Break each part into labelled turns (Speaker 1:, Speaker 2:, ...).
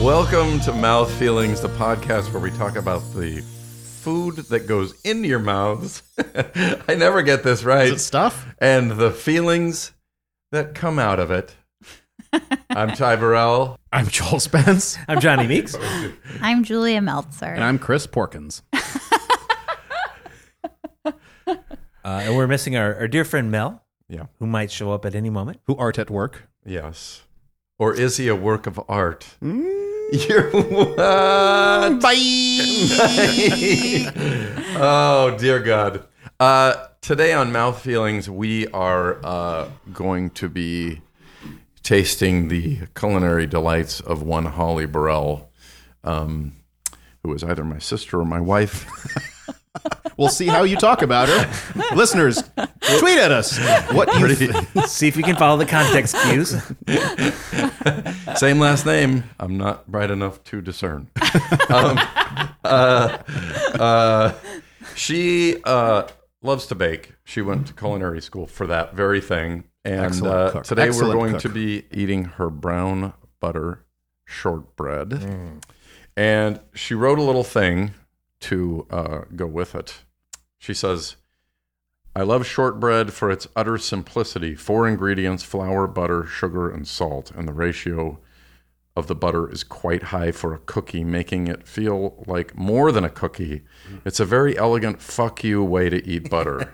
Speaker 1: Welcome to Mouth Feelings, the podcast where we talk about the food that goes into your mouths. I never get this right.
Speaker 2: Is it stuff?
Speaker 1: and the feelings that come out of it. I'm Ty Burrell.
Speaker 2: I'm Joel Spence.
Speaker 3: I'm Johnny Meeks.
Speaker 4: I'm Julia Meltzer.
Speaker 2: And I'm Chris Porkins.
Speaker 3: Uh, and we're missing our, our dear friend Mel,
Speaker 1: Yeah.
Speaker 3: who might show up at any moment.
Speaker 2: Who art at work?
Speaker 1: Yes. Or is he a work of art? You're what? oh dear God. Uh, today on Mouth Feelings, we are uh, going to be tasting the culinary delights of one Holly Burrell, um, who is either my sister or my wife.
Speaker 2: We'll see how you talk about her. Listeners, tweet at us. What do you
Speaker 1: Pretty-
Speaker 3: See if you can follow the context cues.
Speaker 1: Same last name. I'm not bright enough to discern. um, uh, uh, she uh, loves to bake. She went to culinary school for that very thing. And
Speaker 2: Excellent
Speaker 1: uh,
Speaker 2: cook.
Speaker 1: today we're
Speaker 2: Excellent
Speaker 1: going
Speaker 2: cook.
Speaker 1: to be eating her brown butter shortbread. And she wrote a little thing to uh, go with it. She says, I love shortbread for its utter simplicity. Four ingredients flour, butter, sugar, and salt. And the ratio of the butter is quite high for a cookie, making it feel like more than a cookie. It's a very elegant fuck you way to eat butter.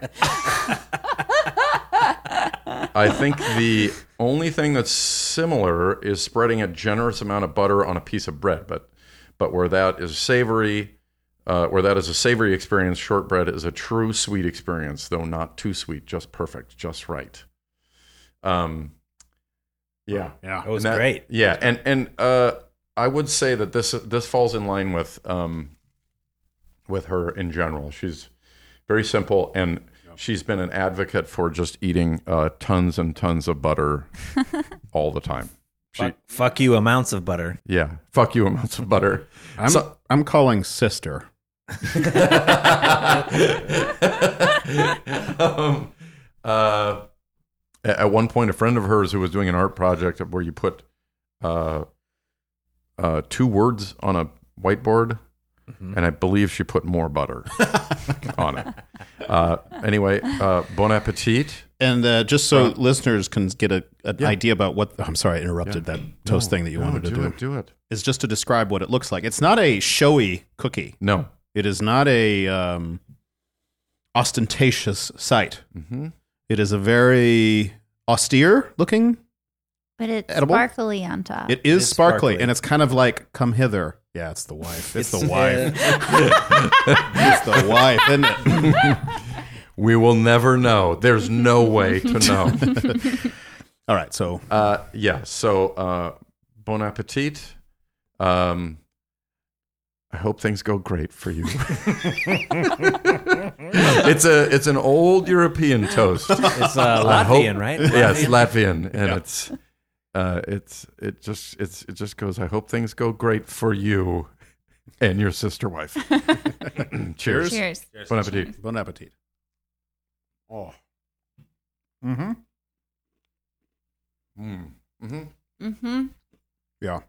Speaker 1: I think the only thing that's similar is spreading a generous amount of butter on a piece of bread, but but where that is savory, uh, where that is a savory experience, shortbread is a true sweet experience, though not too sweet, just perfect, just right. Um, yeah,
Speaker 2: Yeah.
Speaker 3: It was
Speaker 1: and that-
Speaker 3: great.
Speaker 1: Yeah, and and uh, I would say that this this falls in line with um, with her in general. She's very simple, and she's been an advocate for just eating uh, tons and tons of butter all the time. She,
Speaker 3: Fuck, fuck you, amounts of butter.
Speaker 1: yeah, fuck you amounts of butter.
Speaker 2: I'm,
Speaker 1: So-
Speaker 2: I'm calling sister.
Speaker 1: um, uh, at at one point, a friend of hers who was doing an art project where you put uh, uh, two words on a whiteboard, and I believe she put more butter on it. Uh, anyway, uh, bon appetit.
Speaker 2: And uh, just so listeners can get a, an
Speaker 1: Yeah.
Speaker 2: idea about what I'm sorry, I interrupted that toast thing that you
Speaker 1: No,
Speaker 2: wanted to
Speaker 1: do
Speaker 2: do.
Speaker 1: it. Do it.
Speaker 2: Is just to describe what it looks like. It's not a showy cookie.
Speaker 1: No.
Speaker 2: It is not a um, ostentatious sight.
Speaker 1: hmm
Speaker 2: It is a very austere looking.
Speaker 4: but it's
Speaker 2: Edible?
Speaker 4: sparkly on top.
Speaker 2: It is
Speaker 3: It's
Speaker 2: sparkly,
Speaker 3: sparkly.
Speaker 2: and it's kind of like come hither. Yeah, it's the wife. It's, the wife. It's the wife, isn't it?
Speaker 1: We will never know. There's no way to know.
Speaker 2: All right, so
Speaker 1: Uh, yeah. So, uh, bon appetit. Um, I hope things go great for you. it's a it's an old European toast.
Speaker 3: It's uh,
Speaker 1: I hope-
Speaker 3: Latvian, right?
Speaker 1: Yeah, it's Latvian, and
Speaker 2: Yeah.
Speaker 1: it's uh, it's it just it's it just goes. I hope things go great for you and your sister wife. Cheers.
Speaker 4: Cheers.
Speaker 1: Bon appetit.
Speaker 2: bon appetit. Oh. Mm-hmm.
Speaker 1: Mm-hmm.
Speaker 4: Mm-hmm.
Speaker 2: Yeah.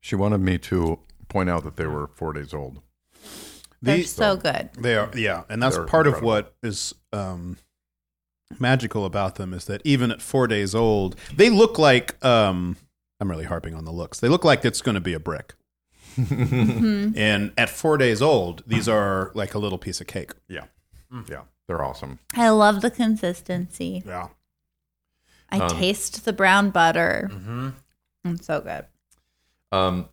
Speaker 1: She wanted me to point out that they were four days old.
Speaker 4: They're
Speaker 2: These-
Speaker 4: so good.
Speaker 2: They are, yeah, and that's
Speaker 1: They're
Speaker 2: part
Speaker 1: incredible.
Speaker 2: of what is um, magical about them is that even at four days old, they look like. Um, I'm really harping on the looks. They look like it's going to be a brick, and at four days old, these are like a little piece of cake.
Speaker 1: Yeah,
Speaker 3: Mm.
Speaker 1: yeah, they're awesome.
Speaker 4: I love the consistency.
Speaker 2: Yeah,
Speaker 4: I taste the brown butter. Mm-hmm. It's so good.
Speaker 1: Um,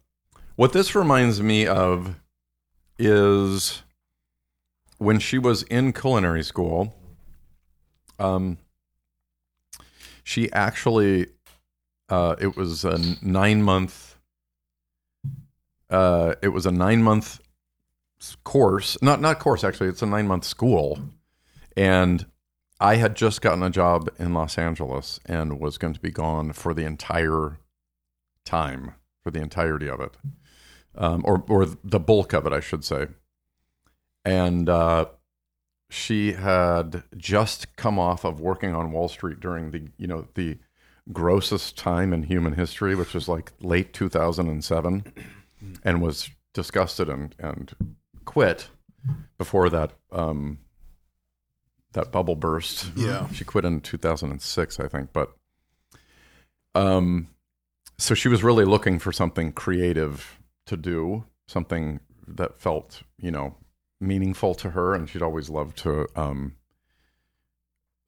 Speaker 1: what this reminds me of is when she was in culinary school, um, she actually, uh, it was a nine month, uh, it was a nine month course, not, not course, actually, it's a nine month school. And I had just gotten a job in Los Angeles and was going to be gone for the entire time for the entirety of it, um, or or the bulk of it, I should say. And uh, she had just come off of working on Wall Street during the you know the grossest time in human history, which was like late 2007, and was disgusted and, and quit before that um, that bubble burst.
Speaker 2: Yeah.
Speaker 1: she quit in 2006, I think. But um, so she was really looking for something creative to do, something that felt you know meaningful to her, and she'd always loved to. Um,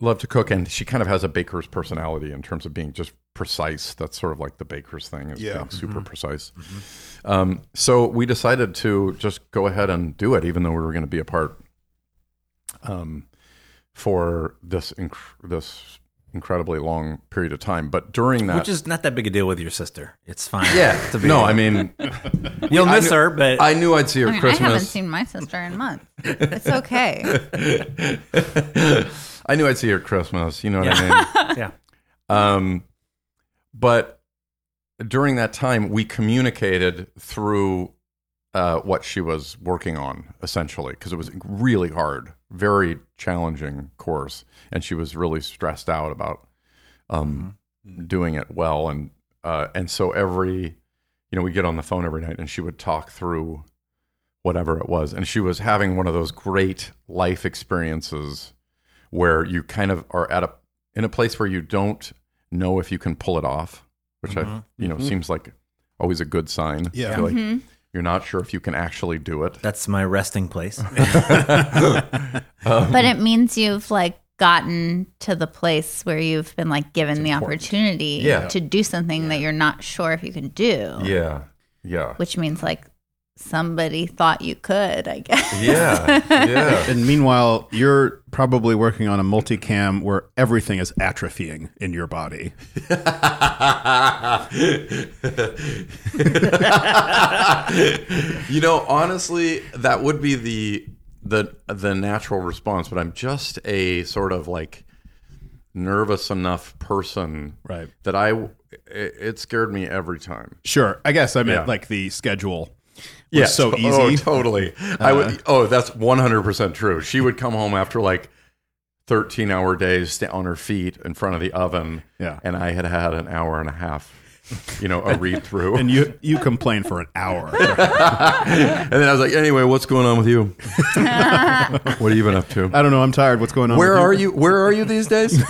Speaker 1: love to cook and she kind of has a baker's personality in terms of being just precise that's sort of like the baker's thing is
Speaker 2: Yeah.
Speaker 1: being super precise um, so we decided to just go ahead and do it even though we were going to be apart um, for this inc- this incredibly long period of time but during that
Speaker 3: Which is not that big a deal with your sister. It's fine.
Speaker 1: yeah
Speaker 3: To be-
Speaker 1: no i mean
Speaker 3: you'll
Speaker 1: I
Speaker 3: miss
Speaker 1: knew-
Speaker 3: her, but
Speaker 1: i knew i'd see her
Speaker 4: I mean, I
Speaker 1: christmas
Speaker 4: haven't seen my sister in months. It's okay.
Speaker 1: I knew I'd see her at Christmas. You know what I mean?
Speaker 3: Yeah.
Speaker 1: Um, but during that time, we communicated through uh, what she was working on, essentially, because it was really hard, very challenging course, and she was really stressed out about um, doing it well, and uh, and so every, you know, we get on the phone every night, and she would talk through whatever it was. And she was having one of those great life experiences where you kind of are at a in a place where you don't know if you can pull it off, which I you know seems like always a good sign.
Speaker 2: Yeah.
Speaker 1: You're like, you're not sure if you can actually do it.
Speaker 3: that's my resting place.
Speaker 4: But it means you've like gotten to the place where you've been like given the opportunity
Speaker 1: Yeah.
Speaker 4: to do something that you're not sure if you can do.
Speaker 1: Yeah. Yeah.
Speaker 4: Which means like somebody thought you could, I guess.
Speaker 1: Yeah. Yeah.
Speaker 2: And meanwhile, you're probably working on a multicam where everything is atrophying in your body.
Speaker 1: you know, honestly, that would be the the the natural response, but I'm just a sort of like nervous enough person
Speaker 2: Right.
Speaker 1: that I it, it scared me every time.
Speaker 2: Sure. I guess I meant
Speaker 1: Yeah.
Speaker 2: like the schedule was
Speaker 1: Yeah,
Speaker 2: so
Speaker 1: to-
Speaker 2: easy. Uh-huh.
Speaker 1: Oh, totally. I would. Oh, that's one hundred percent true. She would come home after like thirteen hour days sta- on her feet in front of the oven.
Speaker 2: Yeah.
Speaker 1: and I had had an hour and a half, you know, a read through,
Speaker 2: And
Speaker 1: and,
Speaker 2: you you complain for an hour.
Speaker 1: then I was like, anyway, what's going on with you? what have you been up to?
Speaker 2: I don't know. I'm tired. What's going on?
Speaker 1: Where
Speaker 2: with
Speaker 1: are you? Where are you these days?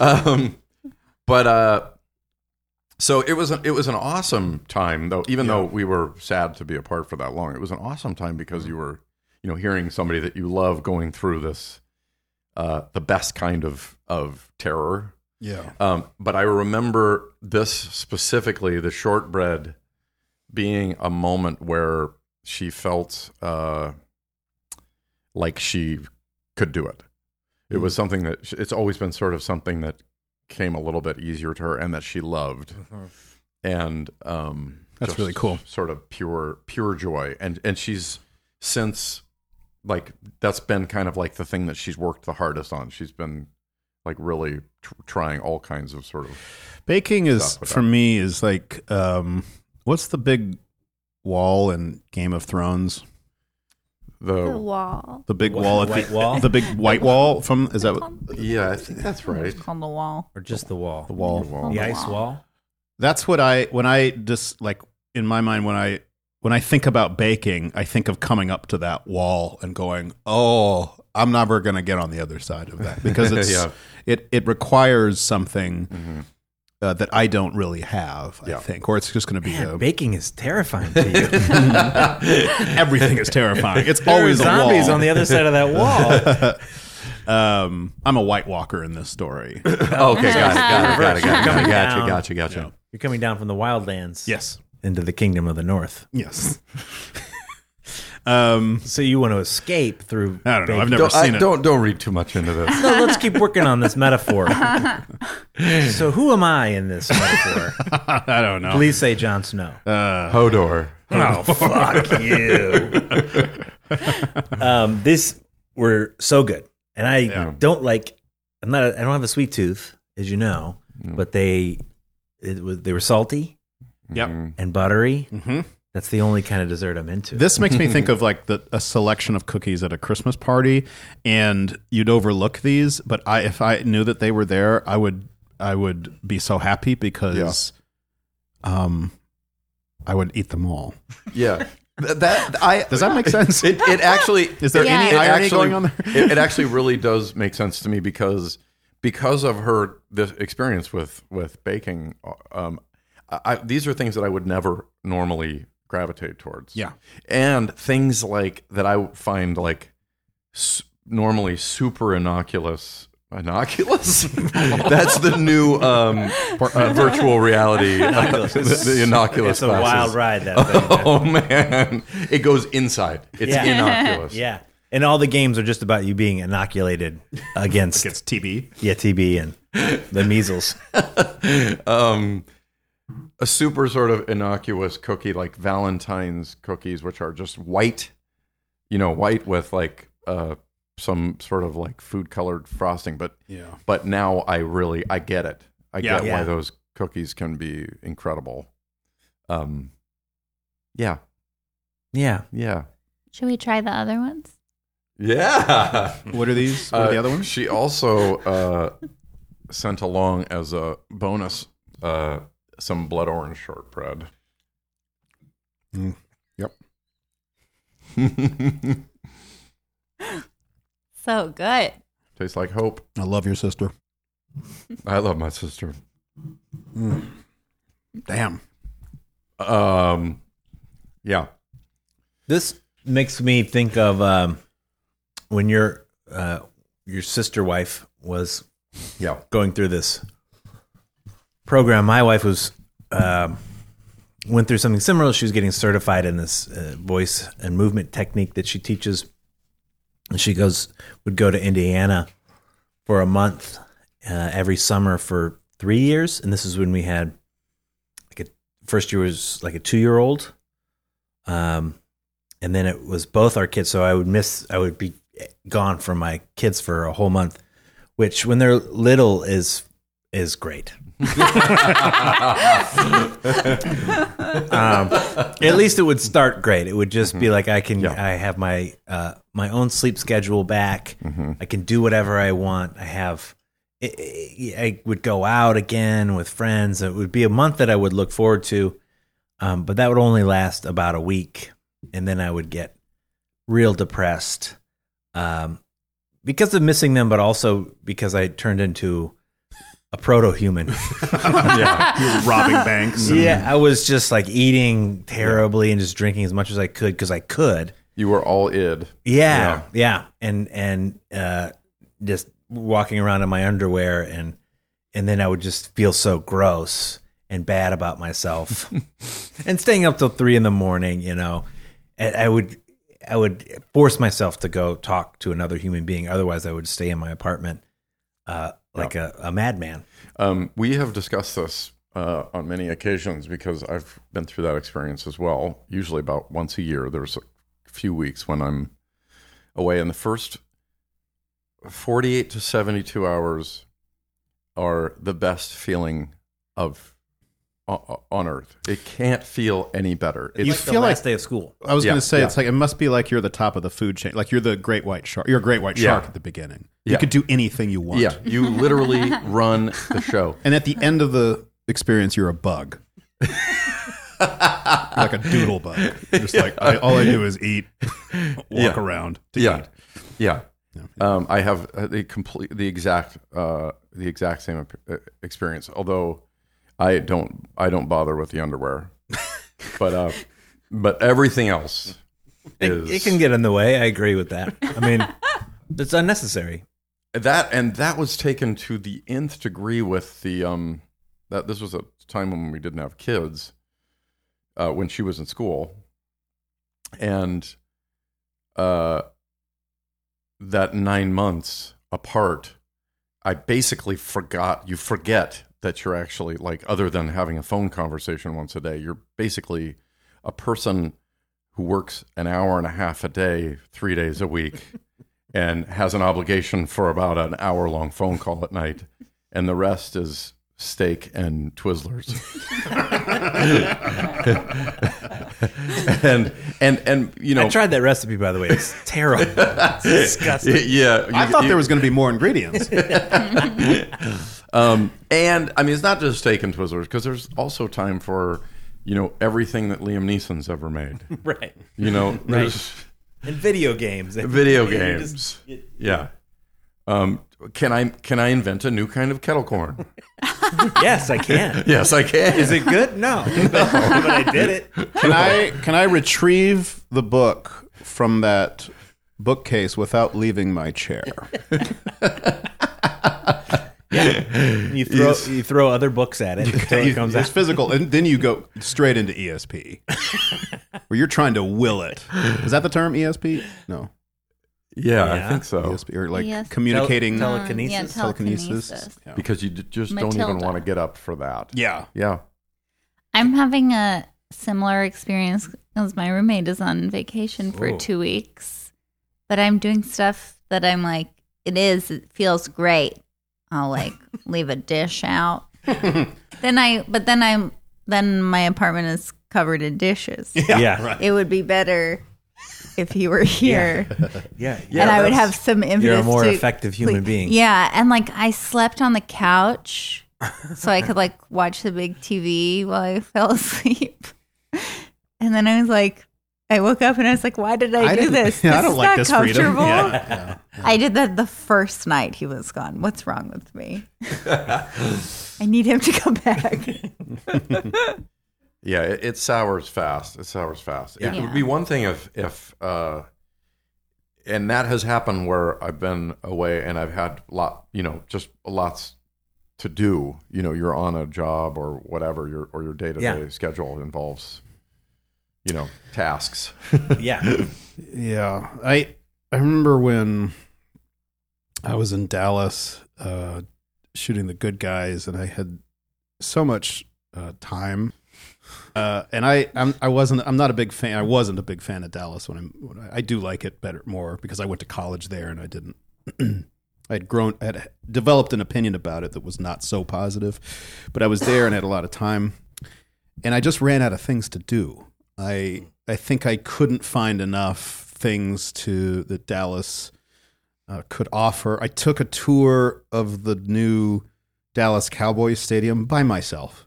Speaker 1: um, but uh, so it was an, it was an awesome time though. Even though we were sad to be apart for that long, it was an awesome time because you were you know hearing somebody that you love going through this uh, the best kind of of terror.
Speaker 2: Yeah.
Speaker 1: Um, but I remember this specifically, the shortbread being a moment where she felt uh, like she could do it. It was
Speaker 2: Hmm.
Speaker 1: something that sh- it's always been sort of something that came a little bit easier to her and that she loved. And um,
Speaker 2: Uh-huh. That's
Speaker 1: just
Speaker 2: really cool.
Speaker 1: Sort of pure, pure joy. And, and she's since like that's been kind of like the thing that she's worked the hardest on. She's been like really tr- trying all kinds of sort of
Speaker 2: Baking is
Speaker 1: Stuff with
Speaker 2: for
Speaker 1: that.
Speaker 2: me is like um, what's the big wall in Game of Thrones?
Speaker 4: The
Speaker 1: the
Speaker 4: wall.
Speaker 2: The big
Speaker 3: Wha-
Speaker 2: wall at
Speaker 3: white
Speaker 2: the
Speaker 3: wall?
Speaker 2: the big white wall from is that what,
Speaker 1: yeah, I think that's right.
Speaker 4: It's called the wall.
Speaker 3: or just the wall. The
Speaker 2: wall.
Speaker 1: Well,
Speaker 4: The
Speaker 3: ice
Speaker 4: wall.
Speaker 3: wall.
Speaker 2: That's what I when I just like in my mind when I when I think about baking, I think of coming up to that wall and going, "Oh, I'm never going to get on the other side of that because it's
Speaker 1: Yeah. Mm-hmm.
Speaker 2: it it requires something uh, that I don't really have, I
Speaker 1: Yeah.
Speaker 2: think, or it's just going to be
Speaker 3: Man,
Speaker 2: a,
Speaker 3: baking is terrifying to you.
Speaker 2: everything is terrifying. It's
Speaker 3: There are
Speaker 2: always a
Speaker 3: zombies
Speaker 2: wall.
Speaker 3: on the other side of that wall.
Speaker 2: um, I'm a white walker in this story.
Speaker 1: Oh, okay, got it, got it, got it, got it, got it,
Speaker 3: Coming down.
Speaker 1: gotcha, gotcha, gotcha.
Speaker 3: You're coming down from the wildlands.
Speaker 2: yes.
Speaker 3: Into the kingdom of the north.
Speaker 2: Yes. um,
Speaker 3: So you want to escape through.
Speaker 2: I don't know. I've
Speaker 3: baking.
Speaker 2: never
Speaker 1: Don't,
Speaker 2: seen
Speaker 1: I,
Speaker 2: it.
Speaker 1: don't don't read too much into this.
Speaker 3: So let's keep working on this metaphor. so who am I in this metaphor?
Speaker 2: I don't know.
Speaker 3: Please say Jon Snow.
Speaker 1: Hodor.
Speaker 3: Oh fuck you! um, these were so good, and I don't like. I'm not. A, I am not I do not have a sweet tooth, as you know,
Speaker 2: Mm.
Speaker 3: but they it was they were salty
Speaker 1: Mm-hmm.
Speaker 2: Yep.
Speaker 3: and buttery. That's the only kind of dessert I'm into.
Speaker 2: Mm-hmm. This makes me think of like the, a selection of cookies at a Christmas party, and you'd overlook these. But I, if I knew that they were there, I would I would be so happy because um I would eat them all.
Speaker 1: Yeah. Th- That I
Speaker 2: Does that make sense?
Speaker 1: it, it actually
Speaker 2: Is there
Speaker 4: Yeah.
Speaker 2: any
Speaker 4: It
Speaker 2: irony
Speaker 1: actually-
Speaker 2: going on there?
Speaker 1: it, it actually really does make sense to me because because of her this experience with with baking um I, I, these are things that i would never normally gravitate towards
Speaker 2: Yeah.
Speaker 1: and things like that i find like s- normally super innocuous innocuous that's the new um uh, virtual reality uh, the, the innocuous
Speaker 3: It's a
Speaker 1: glasses.
Speaker 3: wild ride that thing.
Speaker 1: oh man it goes inside it's
Speaker 3: Yeah.
Speaker 1: innocuous
Speaker 3: Yeah. And all the games are just about you being inoculated against,
Speaker 2: It's TB.
Speaker 3: yeah, TB and the measles.
Speaker 1: um, a super sort of innocuous cookie like Valentine's cookies, which are just white, you know, white with like uh, some sort of like food colored frosting. But
Speaker 2: Yeah.
Speaker 1: but now I really I get it. I
Speaker 2: Yeah.
Speaker 1: get
Speaker 3: Yeah.
Speaker 1: why those cookies can be incredible. Um, yeah,
Speaker 3: Yeah.
Speaker 1: yeah,
Speaker 4: Should we try the other ones?
Speaker 1: yeah.
Speaker 2: What are these? What are the
Speaker 1: Uh,
Speaker 2: other ones?
Speaker 1: She also uh, sent along as a bonus uh, some blood orange shortbread.
Speaker 2: Mm. Yep.
Speaker 4: So good.
Speaker 1: Tastes like hope.
Speaker 2: I love your sister.
Speaker 1: I love my sister.
Speaker 2: Damn.
Speaker 1: Um, yeah.
Speaker 3: This makes me think of um, when your uh, your sister wife was
Speaker 1: Yeah.
Speaker 3: going through this program. My wife was um, went through something similar. She was getting certified in this uh, voice and movement technique that she teaches, and she goes would go to Indiana for a month uh, every summer for three years. And this is when we had like a first year was like a two year old, um, and then it was both our kids. So I would miss. I would be gone from my kids for a whole month which when they're little is is great. um, at least it would start great. It would just be like I can
Speaker 1: Yeah.
Speaker 3: I have my uh, my own sleep schedule back.
Speaker 1: Mhm.
Speaker 3: I can do whatever I want. I have I- I I would go out again with friends. It would be a month that I would look forward to, um, but that would only last about a week, and then I would get real depressed um, because of missing them, but also because I turned into a proto human.
Speaker 2: You're robbing banks. and-
Speaker 3: yeah, I was just like eating terribly and just drinking as much as I could because I could.
Speaker 1: You were all id.
Speaker 3: Yeah, yeah, and and uh, just walking around in my underwear and and then I would just feel so gross and bad about myself, and staying up till three in the morning. You know, and I would I would force myself to go talk to another human being. Otherwise, I would stay in my apartment uh, like a, a madman.
Speaker 1: Um, we have discussed this uh, on many occasions because I've been through that experience as well. Usually about once a year. There's a few weeks when I'm away, and the first 48 to 72 hours are the best feeling of o- on earth. It can't feel any better. It's
Speaker 3: Like
Speaker 2: feel
Speaker 3: the last
Speaker 2: like-
Speaker 3: day of school.
Speaker 2: I was
Speaker 1: Yeah,
Speaker 2: gonna say
Speaker 1: yeah.
Speaker 2: it's like it must be like you're the top of the food chain, like you're the great white shark. You're a great white
Speaker 1: Yeah.
Speaker 2: shark at the beginning. You
Speaker 1: Yeah.
Speaker 2: could do anything you want.
Speaker 1: yeah, you literally run the show.
Speaker 2: And at the end of the experience, you're a bug, You're like a doodle bug. You're just like I, all I do is eat, walk
Speaker 1: Yeah.
Speaker 2: around. To
Speaker 1: yeah.
Speaker 2: eat.
Speaker 1: Yeah. Um, I have uh, the complete, the exact, uh, the exact same ap- uh, experience. Although I don't, I don't bother with the underwear, but, uh, but everything else is
Speaker 3: It, it can get in the way. I agree with that. I mean, it's unnecessary.
Speaker 1: that, and that was taken to the nth degree with the, um, that this was a time when we didn't have kids, uh, when she was in school, and, uh, that nine months apart, I basically forgot. You forget that you're actually like, other than having a phone conversation once a day, you're basically a person who works an hour and a half a day, three days a week, and has an obligation for about an hour long phone call at night, and the rest is steak and Twizzlers. and and and you know.
Speaker 3: I tried that recipe, by the way. It's terrible. It's disgusting.
Speaker 1: Yeah, you-
Speaker 2: I thought
Speaker 1: you-
Speaker 2: there was going to be more ingredients.
Speaker 1: Um, and I mean, it's not just steak and Twizzlers because there's also time for you know everything that Liam Neeson's ever made.
Speaker 3: right.
Speaker 1: You know, there's
Speaker 3: And video games.
Speaker 1: video
Speaker 3: You
Speaker 1: games.
Speaker 3: just- it-
Speaker 1: yeah. Um, can I can I invent a new kind of kettle corn?
Speaker 3: yes, I can.
Speaker 1: yes, I can.
Speaker 3: Is it good? No. But, but I did it.
Speaker 2: Can I can I retrieve the book from that bookcase without leaving my chair?
Speaker 3: You throw you throw other books at it until it comes
Speaker 2: It's
Speaker 3: out.
Speaker 2: physical, and then you go straight into ESP, where you're trying to will it. Is that the term ESP? No,
Speaker 1: Yeah,
Speaker 3: Yeah.
Speaker 1: I think so.
Speaker 2: ESP or like
Speaker 4: Yes.
Speaker 2: communicating
Speaker 3: Tele-
Speaker 4: Um, yeah,
Speaker 3: Telekinesis?
Speaker 2: telekinesis.
Speaker 4: telekinesis.
Speaker 2: Yeah.
Speaker 1: Because you d- just don't even
Speaker 4: Matilda.
Speaker 1: want to get up for that.
Speaker 2: yeah,
Speaker 1: Yeah.
Speaker 4: I'm having a similar experience because my roommate is on vacation for
Speaker 1: Oh.
Speaker 3: Ooh.
Speaker 4: two weeks, but I'm doing stuff that I'm like, it is, it feels great. I'll like leave a dish out. then I, but then I'm, then my apartment is covered in dishes.
Speaker 3: Yeah.
Speaker 4: It would be better if he were here
Speaker 3: Yeah.
Speaker 4: and I would
Speaker 1: that's-
Speaker 4: have some impetus.
Speaker 3: You're a more
Speaker 4: to-
Speaker 3: effective human
Speaker 4: like,
Speaker 3: being.
Speaker 4: Yeah, and like I slept on the couch, so I could like watch the big TV while I fell asleep. And then I was like, I woke up and I was like, why did I, do
Speaker 2: didn't-
Speaker 4: this?
Speaker 2: yeah, I
Speaker 4: This
Speaker 2: don't
Speaker 4: is
Speaker 2: like
Speaker 4: not
Speaker 2: this freedom.
Speaker 4: comfortable.
Speaker 2: Yeah, yeah.
Speaker 4: I did that the first night he was gone. What's wrong with me? I need him to come back.
Speaker 1: Yeah, it, it sours fast. It sours fast. It
Speaker 4: Yeah.
Speaker 1: would be one thing if if uh and that has happened where I've been away and I've had lot, you know, just lots to do. You know, you're on a job or whatever your or your day to day
Speaker 3: Yeah.
Speaker 1: schedule involves, you know, tasks.
Speaker 3: Yeah.
Speaker 2: Yeah, I I remember when I was in Dallas uh, shooting the good guys, and I had so much uh, time. Uh, and I I'm, I wasn't I'm not a big fan I wasn't a big fan of Dallas when I'm when I, I do like it better more because I went to college there and I didn't I had grown I had developed an opinion about it that was not so positive but I was there and had a lot of time and I just ran out of things to do. I I think I couldn't find enough things to that Dallas uh, could offer. I took a tour of the new Dallas Cowboys stadium by myself,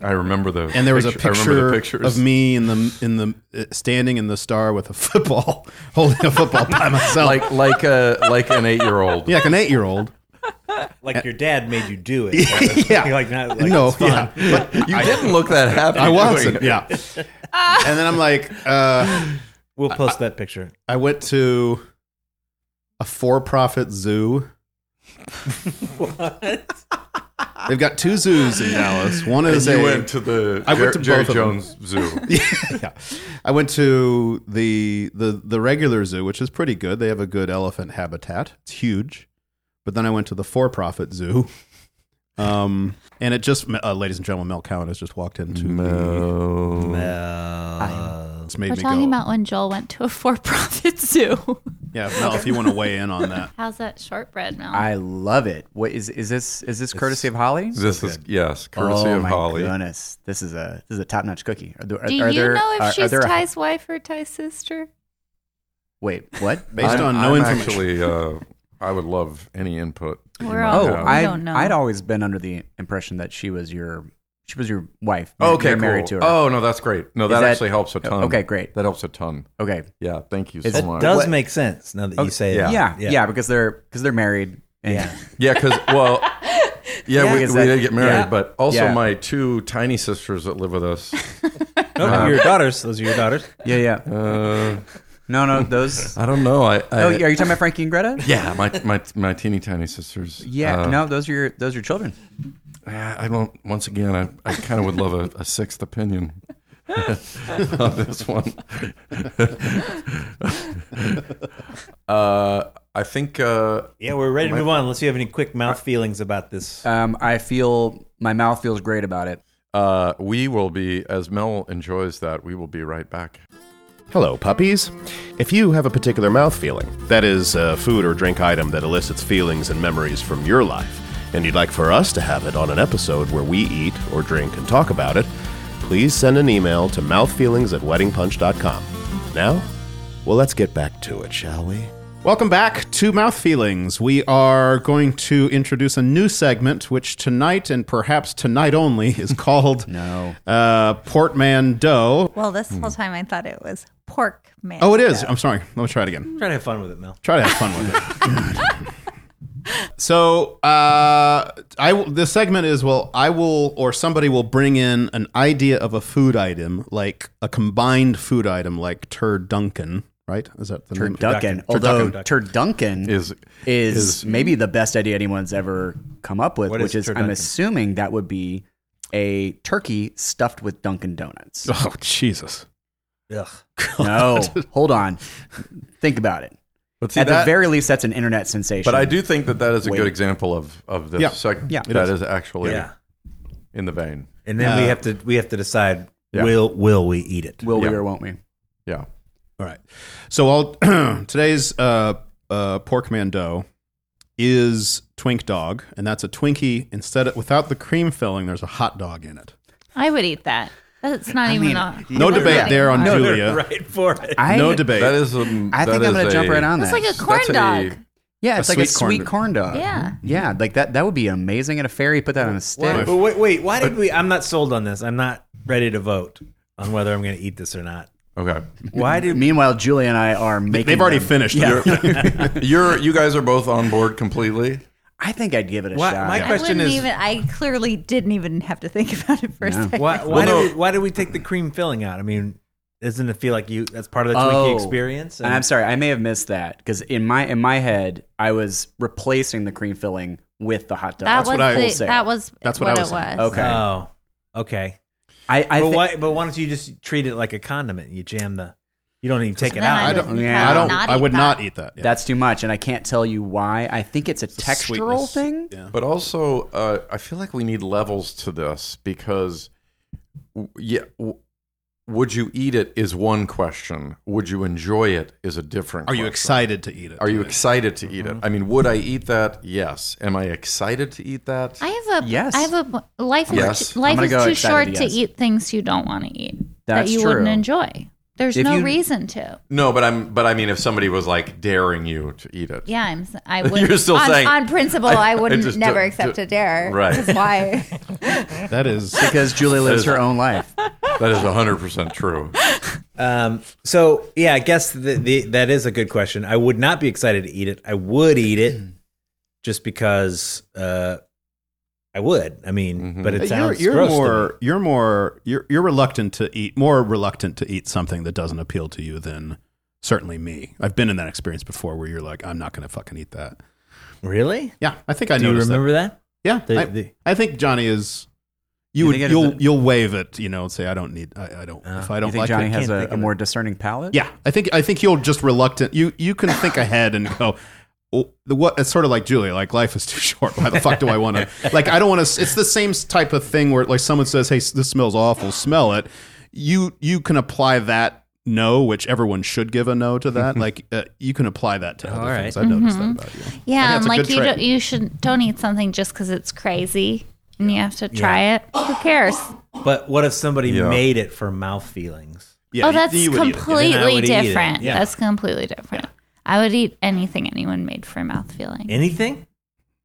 Speaker 1: I remember the
Speaker 2: and there was
Speaker 1: picture- I
Speaker 2: a
Speaker 1: remember the
Speaker 2: picture
Speaker 1: pictures.
Speaker 2: of me in the in the uh, standing in the star with a football, holding a football by myself,
Speaker 1: like like a like an eight year old.
Speaker 2: yeah, like an eight year old.
Speaker 3: Like your dad made you do it.
Speaker 2: Yeah.
Speaker 3: You're like not like
Speaker 2: no,
Speaker 3: it's fun.
Speaker 2: yeah, but
Speaker 1: You didn't look that happy.
Speaker 2: I
Speaker 1: doing
Speaker 2: wasn't.
Speaker 1: it.
Speaker 2: Yeah, and then I'm like. Uh,
Speaker 3: We'll post that picture.
Speaker 2: I went to a for-profit zoo. what? They've got two zoos in Dallas. One
Speaker 1: And
Speaker 2: is
Speaker 1: you
Speaker 2: a.
Speaker 1: went to the
Speaker 2: I
Speaker 1: Jer-
Speaker 2: went to
Speaker 1: Jerry
Speaker 2: both of them.
Speaker 1: Jones Zoo.
Speaker 2: yeah, I went to the the the regular zoo, which is pretty good. They have a good elephant habitat. It's huge. But then I went to the for-profit zoo. Um, and it just, uh, ladies and gentlemen, Mel Cowan has just walked into. the-
Speaker 3: Uh,
Speaker 2: It's made
Speaker 4: We're
Speaker 2: me
Speaker 4: talking
Speaker 2: go.
Speaker 4: about when Joel went to a for-profit zoo.
Speaker 2: yeah, Mel, if you want to weigh in on that,
Speaker 4: How's that shortbread, Mel?
Speaker 5: I love it. What is is this? Is this courtesy of Holly?
Speaker 1: This is yes, courtesy
Speaker 5: oh
Speaker 1: of
Speaker 5: my
Speaker 1: Holly.
Speaker 5: goodness, this is a this is a top notch cookie. Are there,
Speaker 4: Do
Speaker 5: are
Speaker 4: you
Speaker 5: there,
Speaker 4: know if
Speaker 5: are, are
Speaker 4: she's
Speaker 5: there a-
Speaker 4: Ty's wife or Ty's sister?
Speaker 5: Wait, what?
Speaker 2: based
Speaker 1: I'm-
Speaker 2: on no
Speaker 1: I'm
Speaker 2: information,
Speaker 1: Actually, uh, I would love any input. you
Speaker 4: We're
Speaker 1: might
Speaker 4: all-
Speaker 5: Oh,
Speaker 1: have.
Speaker 4: I
Speaker 5: I
Speaker 4: don't know.
Speaker 5: I'd always been under the impression that she was your she was your wife. You're-
Speaker 1: okay,
Speaker 5: you're
Speaker 1: cool.
Speaker 5: married to her.
Speaker 1: Oh no, that's great. No, that,
Speaker 5: that- Oh,
Speaker 1: actually helps a ton.
Speaker 5: okay, great.
Speaker 1: That helps a ton.
Speaker 5: okay.
Speaker 1: Yeah, thank you so
Speaker 5: It
Speaker 1: much.
Speaker 3: it does
Speaker 5: What-
Speaker 3: make sense now that you say
Speaker 1: yeah.
Speaker 3: it.
Speaker 5: Yeah, yeah, because they're because they're married. And
Speaker 3: Yeah.
Speaker 1: Yeah, because well, yeah, we,
Speaker 5: Is
Speaker 1: we
Speaker 5: that-
Speaker 1: did get married,
Speaker 5: yeah.
Speaker 1: but also
Speaker 5: Yeah.
Speaker 1: my two tiny sisters that live with us.
Speaker 3: No, your daughters. Those are your daughters.
Speaker 5: yeah, yeah.
Speaker 1: Uh,
Speaker 5: No, no, those.
Speaker 1: I don't know. I, I
Speaker 5: oh, are you talking about Frankie and Greta?
Speaker 1: Uh, yeah, my my my teeny tiny sisters.
Speaker 5: Yeah,
Speaker 1: Uh,
Speaker 5: no, those are your those are your children.
Speaker 1: I don't. Once again, I, I kind of would love a, a sixth opinion on this one. uh, I think. Uh,
Speaker 3: Yeah, we're ready to move on. Unless you have any quick mouth feelings about this.
Speaker 5: Um, I feel my mouth feels great about it.
Speaker 1: Uh, we will be, as Mel enjoys that, we will be right back.
Speaker 6: Hello, puppies. If you have a particular mouth feeling, that is, a food or drink item that elicits feelings and memories from your life, and you'd like for us to have it on an episode where we eat or drink and talk about it, please send an email to mouthfeelings at weddingpunch.com. Now, well, let's get back to it, shall we?
Speaker 2: Welcome back to Mouth Feelings. We are going to introduce a new segment, which tonight and perhaps tonight only is called
Speaker 5: No.
Speaker 2: uh, Portmanteau.
Speaker 4: Well, this whole time I thought it was pork man.
Speaker 2: Oh, it is. I'm sorry. Let me try it again.
Speaker 3: Try to have fun with it, Mel.
Speaker 2: Try to have fun with it. so, uh, I will- the segment is well, I will or somebody will bring in an idea of a food item, like a combined food item, like turduncan. Right? Is that the name?
Speaker 5: Turducken. Although Turduncan
Speaker 1: Is-
Speaker 5: is, is maybe the best idea anyone's ever come up with,
Speaker 3: What
Speaker 5: which
Speaker 3: is
Speaker 5: is,
Speaker 3: turducken?
Speaker 5: I'm assuming that would be a turkey stuffed with Dunkin' Donuts.
Speaker 2: Oh Jesus!
Speaker 3: Ugh.
Speaker 5: no, hold on. Think about it.
Speaker 1: But see,
Speaker 5: At
Speaker 1: that-
Speaker 5: the very least, that's an internet sensation.
Speaker 1: But I do think that that is a
Speaker 5: Wait.
Speaker 1: good example of of this
Speaker 2: Yeah.
Speaker 1: segment.
Speaker 5: Yeah.
Speaker 1: that is actually
Speaker 3: Yeah.
Speaker 1: in the vein.
Speaker 3: And then we
Speaker 2: Uh,
Speaker 3: have to we have to decide
Speaker 1: Yeah.
Speaker 3: will will we eat it?
Speaker 5: Will
Speaker 1: Yeah.
Speaker 5: we or won't we?
Speaker 1: Yeah.
Speaker 2: All right. So I'll today's uh, uh, pork mando is twink dog, and that's a Twinkie instead of without the cream filling. There's a hot dog in it.
Speaker 4: I would eat that. That's not even on.
Speaker 2: No debate there on
Speaker 4: It's
Speaker 2: Julia.
Speaker 3: Right for it.
Speaker 5: I,
Speaker 2: no debate.
Speaker 1: That is. Um,
Speaker 5: I think
Speaker 1: that
Speaker 5: I'm going
Speaker 1: is
Speaker 5: to jump
Speaker 1: a-
Speaker 5: right on that.
Speaker 4: like a corn
Speaker 1: That's a-
Speaker 4: dog.
Speaker 5: yeah, it's
Speaker 2: a
Speaker 5: like a
Speaker 2: sweet corn
Speaker 5: sweet corn dog. Mm-hmm.
Speaker 4: Yeah.
Speaker 5: Yeah, like that. That would be amazing at a ferry. Put that on a
Speaker 3: Why,
Speaker 5: stick.
Speaker 3: but wait, wait, why did we? I'm not sold on this. I'm not ready to vote on whether I'm going to eat this or not.
Speaker 1: Okay.
Speaker 3: Why did?
Speaker 5: Meanwhile, Julie and I are making.
Speaker 2: They've already
Speaker 5: them.
Speaker 2: finished.
Speaker 1: You're you guys are both on board completely.
Speaker 5: I think I'd give it a
Speaker 3: Why-
Speaker 5: shot.
Speaker 3: my
Speaker 4: I
Speaker 3: question
Speaker 4: wouldn't
Speaker 3: is-
Speaker 4: even. I clearly didn't even have to think about it for a second.
Speaker 3: Why, why,
Speaker 1: no.
Speaker 3: did we, why did we take the cream filling out? I mean, doesn't it feel like you? That's part of the
Speaker 5: Oh.
Speaker 3: Twinkie experience.
Speaker 5: And I'm sorry, I may have missed that because in my in my head, I was replacing the cream filling with the hot dog.
Speaker 4: That was
Speaker 2: what I will
Speaker 4: the,
Speaker 5: say.
Speaker 4: that was
Speaker 2: That's what
Speaker 4: what,
Speaker 2: I was
Speaker 4: it
Speaker 2: saying.
Speaker 4: was.
Speaker 5: okay.
Speaker 3: Oh, okay.
Speaker 5: I, I
Speaker 3: but
Speaker 5: thi-
Speaker 3: why? But why don't you just treat it like a condiment? You jam the. You don't even take it
Speaker 4: then
Speaker 3: out.
Speaker 4: I
Speaker 2: I don't.
Speaker 4: wouldn't
Speaker 5: yeah.
Speaker 2: I don't.
Speaker 4: not
Speaker 2: I
Speaker 4: eat
Speaker 2: would
Speaker 4: that.
Speaker 2: not eat that. Yeah.
Speaker 5: that's too much, and I can't tell you why. I think it's a
Speaker 2: It's a
Speaker 5: textural
Speaker 2: sweetness.
Speaker 5: thing.
Speaker 2: Yeah.
Speaker 1: But also, uh, I feel like we need levels to this because, w- yeah, w- would you eat it is one question. Would you enjoy it is a different.
Speaker 2: Are you
Speaker 1: question.
Speaker 2: excited to eat it? Mm-hmm.
Speaker 1: Are you excited to eat it? I mean, would I eat that? Yes. Am I excited to eat that?
Speaker 4: I have a
Speaker 5: Yes.
Speaker 4: I have a life is
Speaker 1: Yes.
Speaker 4: too, life
Speaker 5: gonna
Speaker 4: is
Speaker 5: go
Speaker 4: too short
Speaker 5: excited,
Speaker 4: to
Speaker 5: yes.
Speaker 4: eat things you don't want to eat
Speaker 5: That's
Speaker 4: that you
Speaker 5: true.
Speaker 4: wouldn't enjoy. There's
Speaker 5: If
Speaker 4: no
Speaker 5: you-
Speaker 4: reason to.
Speaker 1: no, but I'm. But I mean, if somebody was like daring you to eat it,
Speaker 4: Yeah, I'm. s- I would.
Speaker 1: You're still
Speaker 4: on,
Speaker 1: saying-
Speaker 4: on principle,
Speaker 1: I-
Speaker 4: I,
Speaker 1: I
Speaker 4: wouldn't
Speaker 1: just
Speaker 4: never
Speaker 1: don't-
Speaker 4: accept
Speaker 1: don't-
Speaker 4: a dare.
Speaker 1: Right.
Speaker 4: 'Cause Why?
Speaker 2: That is.
Speaker 5: Because Julie lives her own life.
Speaker 1: that is 100 percent true.
Speaker 3: Um, so yeah, I guess the, the, that is a good question. I would not be excited to eat it. I would eat it just because uh, I would. I mean,
Speaker 2: Mm-hmm.
Speaker 3: but it
Speaker 2: You're,
Speaker 3: sounds
Speaker 2: you're
Speaker 3: gross to me.
Speaker 2: more. You're more. You're, you're reluctant to eat. More reluctant to eat something that doesn't appeal to you than certainly me. I've been in that experience before, where you're like, I'm not going to fucking eat that.
Speaker 3: Really?
Speaker 2: Yeah, I think I
Speaker 3: Do you
Speaker 2: noticed that.
Speaker 3: remember that?
Speaker 2: Yeah,
Speaker 3: The-
Speaker 2: I,
Speaker 3: the-
Speaker 2: I think Johnny is. You
Speaker 5: You
Speaker 2: would,
Speaker 5: think it is
Speaker 2: you'll
Speaker 5: a- Uh,
Speaker 2: you'll waive it, you know, and say I don't need, I, I don't, if I
Speaker 5: You
Speaker 2: don't
Speaker 5: think
Speaker 2: like
Speaker 5: Johnny
Speaker 2: it.
Speaker 5: has
Speaker 3: Can't
Speaker 5: a,
Speaker 3: think
Speaker 5: a
Speaker 3: of
Speaker 5: more discerning palate?
Speaker 2: yeah, I think I think you'll just reluctant. You you can think ahead and go. Well, the- what it's sort of like Julia, like life is too short. Why the fuck do I want to? Like I don't want to. It's the same type of thing where like someone says, "Hey, s- this smells awful. Smell it." You you can apply that no, which everyone should give a no to that. like uh, you can apply that to other
Speaker 3: right.
Speaker 2: things. I've noticed
Speaker 4: Mm-hmm.
Speaker 2: that about you.
Speaker 4: Yeah,
Speaker 2: that's
Speaker 4: and
Speaker 2: a
Speaker 4: like
Speaker 2: good
Speaker 4: you
Speaker 2: trait.
Speaker 4: don't you should don't eat something just because it's crazy and you have to try it. Who cares?
Speaker 3: But what if somebody
Speaker 1: Yeah.
Speaker 3: made it for mouth feelings?
Speaker 2: Yeah,
Speaker 4: oh,
Speaker 2: you-
Speaker 4: that's
Speaker 2: you would eat it.
Speaker 3: Then I
Speaker 4: completely
Speaker 3: would eat it.
Speaker 4: different.
Speaker 3: Yeah.
Speaker 4: That's completely different. I would eat anything anyone made for mouth feeling.
Speaker 3: Anything?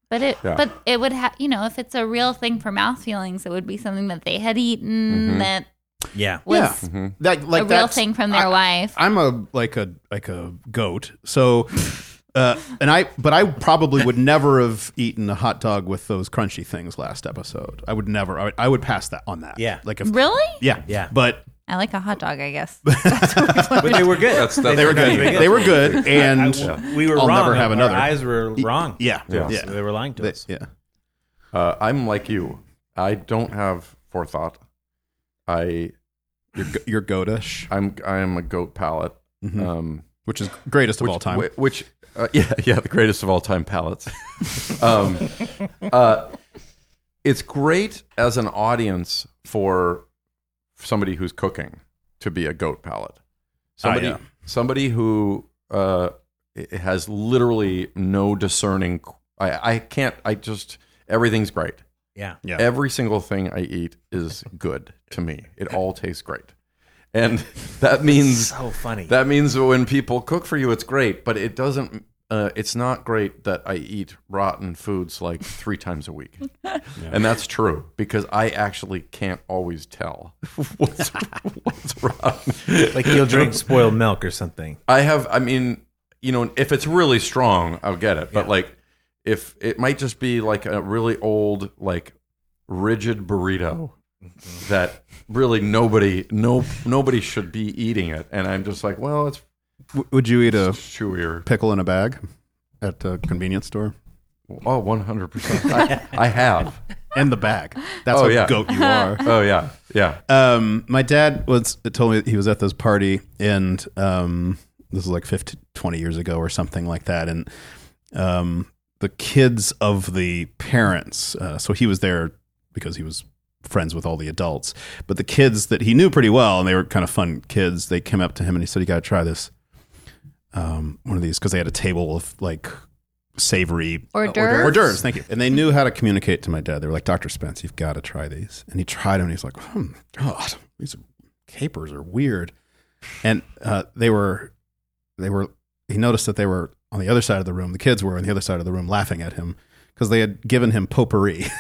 Speaker 4: But it,
Speaker 1: Yeah.
Speaker 4: but it would have, you know, if it's a real thing for mouth feelings, it would be something that they had eaten that
Speaker 3: Yeah.
Speaker 4: was
Speaker 2: Mm-hmm. Yeah. That like
Speaker 4: a real
Speaker 2: that's-
Speaker 4: thing from their life.
Speaker 2: I'm a like a like a goat. So uh and I but I probably would never have eaten a hot dog with those crunchy things last episode. I would never I would, I would pass that on that.
Speaker 3: Yeah.
Speaker 2: Like if
Speaker 4: Really?
Speaker 2: yeah.
Speaker 3: Yeah.
Speaker 2: But
Speaker 4: I like a hot dog, I guess.
Speaker 3: But they were good.
Speaker 1: That's- that's-
Speaker 2: they were
Speaker 1: Yeah.
Speaker 2: good. they were good and
Speaker 3: We were
Speaker 2: I'll
Speaker 3: wrong.
Speaker 2: never have
Speaker 3: Our
Speaker 2: another.
Speaker 3: eyes were wrong.
Speaker 2: yeah. Yeah.
Speaker 3: So They were lying to
Speaker 2: They-
Speaker 3: us.
Speaker 2: yeah.
Speaker 1: Uh, I'm like you. I don't have forethought. I
Speaker 2: You're go- you're goatish,
Speaker 1: I'm I am a goat palate. Um,
Speaker 2: which is greatest Mm-hmm. of all time.
Speaker 1: whi- Which, uh, yeah, yeah, the greatest of all time palettes. um, uh, it's great as an audience for somebody who's cooking to be a goat palate. Somebody,
Speaker 2: Ah, yeah.
Speaker 1: somebody who uh, i- has literally no discerning. qu- I, I can't. I just everything's great.
Speaker 3: Yeah.
Speaker 2: Yeah.
Speaker 1: Every single thing I eat is good to me. It all tastes great. and that means
Speaker 3: So funny.
Speaker 1: that means when people cook for you, it's great. But it doesn't. Uh, it's not great that I eat rotten foods like three times a week, and that's true because I actually can't always tell what's, what's rotten.
Speaker 3: like you'll drink spoiled milk or something.
Speaker 1: I have. I mean, you know, if it's really strong, I'll get it. But like, if it might just be like a really old, like rigid burrito that really nobody, no, nobody should be eating it, and I'm just like, well, it's
Speaker 2: W- would you eat a
Speaker 1: chewier.
Speaker 2: pickle in a bag at a convenience store?
Speaker 1: Oh, 100. percent I, I have.
Speaker 2: And the bag. That's
Speaker 1: Oh,
Speaker 2: how
Speaker 1: yeah.
Speaker 2: goat you are.
Speaker 1: Oh yeah, yeah.
Speaker 2: um, my dad was told me that he was at this party and um, this was like 50, 20 years ago or something like that and um, the kids of the parents uh, so he was there because he was friends with all the adults but the kids that he knew pretty well and they were kind of fun kids they came up to him and he said you got to try this um, one of these because they had a table of like savory
Speaker 4: Hors
Speaker 2: hors
Speaker 4: d'oeuvres?
Speaker 2: d'oeuvres. Thank you. And they knew how to communicate to my dad. They were like, Doctor Spence, you've got to try these. And he tried them, and he's like, Hmm, God, these capers are weird. And uh, they were, they were. He noticed that they were on the other side of the room. The kids were on the other side of the room, laughing at him because they had given him potpourri.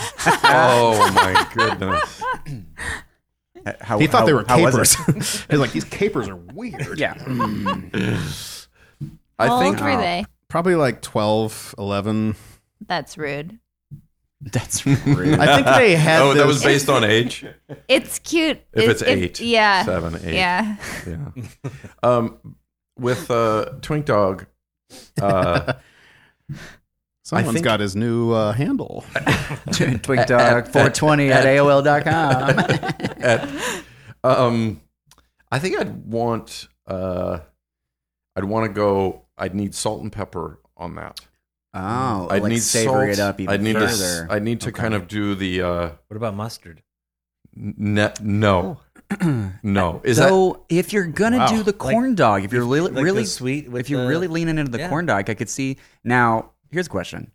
Speaker 1: Oh my goodness.
Speaker 5: Uh, How,
Speaker 2: he thought
Speaker 5: how-
Speaker 2: they were
Speaker 5: how was
Speaker 2: capers.
Speaker 5: it?
Speaker 2: he's like, these capers are weird.
Speaker 5: yeah.
Speaker 1: I
Speaker 4: How
Speaker 1: think
Speaker 4: old were they?
Speaker 2: Probably like 12, 11.
Speaker 4: That's rude.
Speaker 5: That's rude.
Speaker 2: I think they had.
Speaker 1: Oh, that
Speaker 2: this-
Speaker 1: was based on age.
Speaker 4: It's cute.
Speaker 1: If it's
Speaker 4: it-
Speaker 1: eight,
Speaker 4: yeah.
Speaker 1: seven, eight.
Speaker 4: Uh, Yeah.
Speaker 1: Yeah. Um, with uh, Twink Dog, uh,
Speaker 2: Someone's
Speaker 1: think-
Speaker 2: got his new uh, handle.
Speaker 5: Twink dog 420 at AOL.com.
Speaker 1: at, um, I think I'd want uh, I'd want to go. I'd need salt and pepper on that.
Speaker 5: Oh,
Speaker 1: I'd
Speaker 5: like
Speaker 1: need
Speaker 5: savory
Speaker 1: salt.
Speaker 5: it up even
Speaker 1: I'd need to. s-
Speaker 5: further.
Speaker 1: I'd need to kind of do the uh,
Speaker 3: What about mustard?
Speaker 1: ne- no, no. Is that
Speaker 5: so if you're gonna
Speaker 2: Wow.
Speaker 5: do the corn dog, if you're really,
Speaker 3: like
Speaker 5: really
Speaker 3: the sweet with
Speaker 5: if you're
Speaker 3: the-
Speaker 5: really leaning into the
Speaker 3: Yeah.
Speaker 5: corn dog, I could see. Now, here's a question: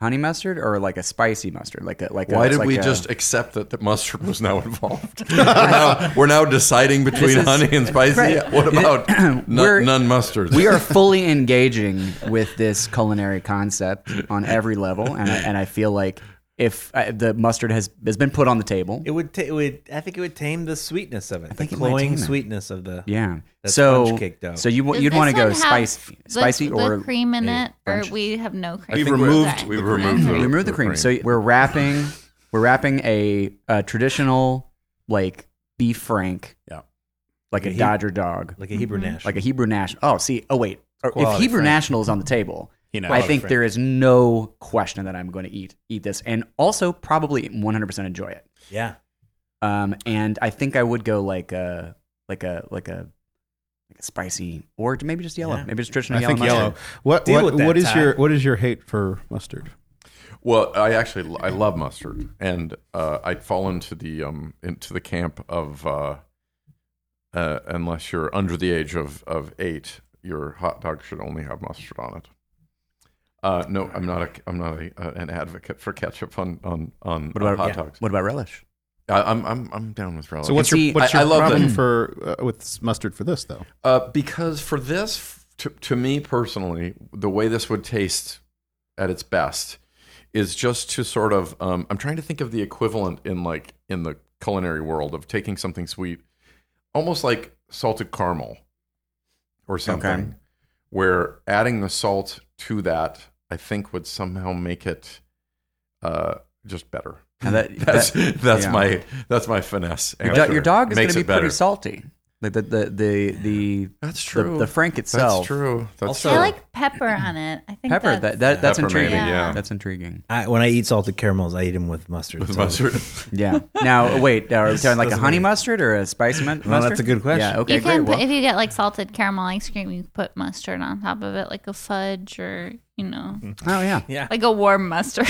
Speaker 5: honey mustard or like a spicy mustard? Like a like. a-
Speaker 1: Why did
Speaker 5: like
Speaker 1: we
Speaker 5: a-
Speaker 1: just accept that the mustard was now involved? we're, now, we're now deciding between
Speaker 5: is-
Speaker 1: honey and spicy.
Speaker 5: Right.
Speaker 1: What about
Speaker 5: We're-
Speaker 1: none, none mustard?
Speaker 5: We are fully engaging with this culinary concept on every level, and I, and I feel like if I, the mustard has has been put on the table,
Speaker 3: It would. Ta- it would. I think it would tame the sweetness of it.
Speaker 5: think
Speaker 3: the
Speaker 5: it might
Speaker 3: cloying
Speaker 5: tame it.
Speaker 3: sweetness of the.
Speaker 5: yeah.
Speaker 3: That's
Speaker 5: so
Speaker 3: sponge cake dough.
Speaker 5: so you wa-
Speaker 4: Does
Speaker 5: you'd want to
Speaker 4: this
Speaker 5: go
Speaker 4: one have
Speaker 5: spicy,
Speaker 4: the-
Speaker 5: spicy
Speaker 4: the
Speaker 5: or
Speaker 4: cream in it, or
Speaker 5: French?
Speaker 4: we have no cream.
Speaker 1: I think
Speaker 2: We've
Speaker 1: we're-
Speaker 2: removed-
Speaker 1: We
Speaker 4: Okay.
Speaker 1: removed.
Speaker 4: Okay.
Speaker 1: the-
Speaker 5: remove the cream. So we're wrapping we're wrapping a, a traditional like beef frank,
Speaker 2: Yeah.
Speaker 5: like a
Speaker 3: He-
Speaker 5: Dodger dog,
Speaker 3: like a Hebrew Nash.
Speaker 5: Mm-hmm. like a Hebrew national. Oh, see, oh wait, Or if
Speaker 3: Quality
Speaker 5: Hebrew
Speaker 3: frank.
Speaker 5: national is on the table,
Speaker 2: He knows.
Speaker 5: I think there is no question that I'm going to eat eat this, and also probably 100% enjoy it.
Speaker 3: yeah.
Speaker 5: Um, and I think I would go like a like a like a like a spicy or maybe just yellow,
Speaker 3: Yeah.
Speaker 5: maybe just traditional
Speaker 2: I
Speaker 5: yellow.
Speaker 2: think
Speaker 5: mustard.
Speaker 2: yellow. What
Speaker 3: Deal
Speaker 2: what,
Speaker 3: with that,
Speaker 2: what is
Speaker 3: Ty.
Speaker 2: your what is your hate for mustard?
Speaker 1: Well, I actually I love mustard, and uh, I'd fall into the um into the camp of uh, uh, unless you're under the age of of eight, your hot dog should only have mustard on it. Uh, no, I'm not. A, I'm not a, uh, an advocate for ketchup on on on,
Speaker 5: What
Speaker 1: on
Speaker 5: about
Speaker 1: hot
Speaker 5: yeah.
Speaker 1: dogs.
Speaker 5: What about relish?
Speaker 1: I, I'm I'm I'm down with relish.
Speaker 2: So what's your
Speaker 5: see,
Speaker 2: what's
Speaker 1: Oh, I-
Speaker 2: your
Speaker 1: I love
Speaker 2: problem
Speaker 1: that.
Speaker 2: for uh, with s- mustard for this though?
Speaker 1: Uh, because for this, f- to, to me personally, the way this would taste at its best is just to sort of. Um, I'm trying to think of the equivalent in like in the culinary world of taking something sweet, almost like salted caramel or something, where adding the salt to that, I think, would somehow make it uh, just better.
Speaker 5: Now that-
Speaker 1: That's
Speaker 5: that-
Speaker 1: that's
Speaker 5: yeah.
Speaker 1: my that's my finesse.
Speaker 5: Your, do-
Speaker 1: answer.
Speaker 5: your dog is going
Speaker 1: Makes
Speaker 5: to be
Speaker 1: it better.
Speaker 5: pretty salty. Like the the the the
Speaker 1: That's
Speaker 5: the,
Speaker 1: true.
Speaker 5: the frank
Speaker 1: That's
Speaker 5: itself.
Speaker 1: true. That's
Speaker 3: Also-
Speaker 1: true.
Speaker 4: I like pepper on it. I think
Speaker 5: Pepper.
Speaker 4: That's,
Speaker 5: That, that that's
Speaker 1: Pepper, maybe,
Speaker 5: intriguing.
Speaker 1: yeah.
Speaker 5: That's intriguing.
Speaker 3: I, when I eat salted caramels, I eat them with mustard.
Speaker 1: With
Speaker 3: So-
Speaker 1: mustard.
Speaker 5: Yeah. Now wait, are we talking like a
Speaker 3: Doesn't
Speaker 5: honey
Speaker 3: mean-
Speaker 5: mustard or a spicy mu- mustard?
Speaker 3: that's a good question.
Speaker 5: Yeah. Okay.
Speaker 4: you
Speaker 5: great.
Speaker 4: can put,
Speaker 5: Well,
Speaker 4: if you get like salted caramel ice cream, you can put mustard on top of it, like a fudge or you know,
Speaker 2: Mm-hmm.
Speaker 5: oh yeah.
Speaker 3: Yeah.
Speaker 4: like a warm mustard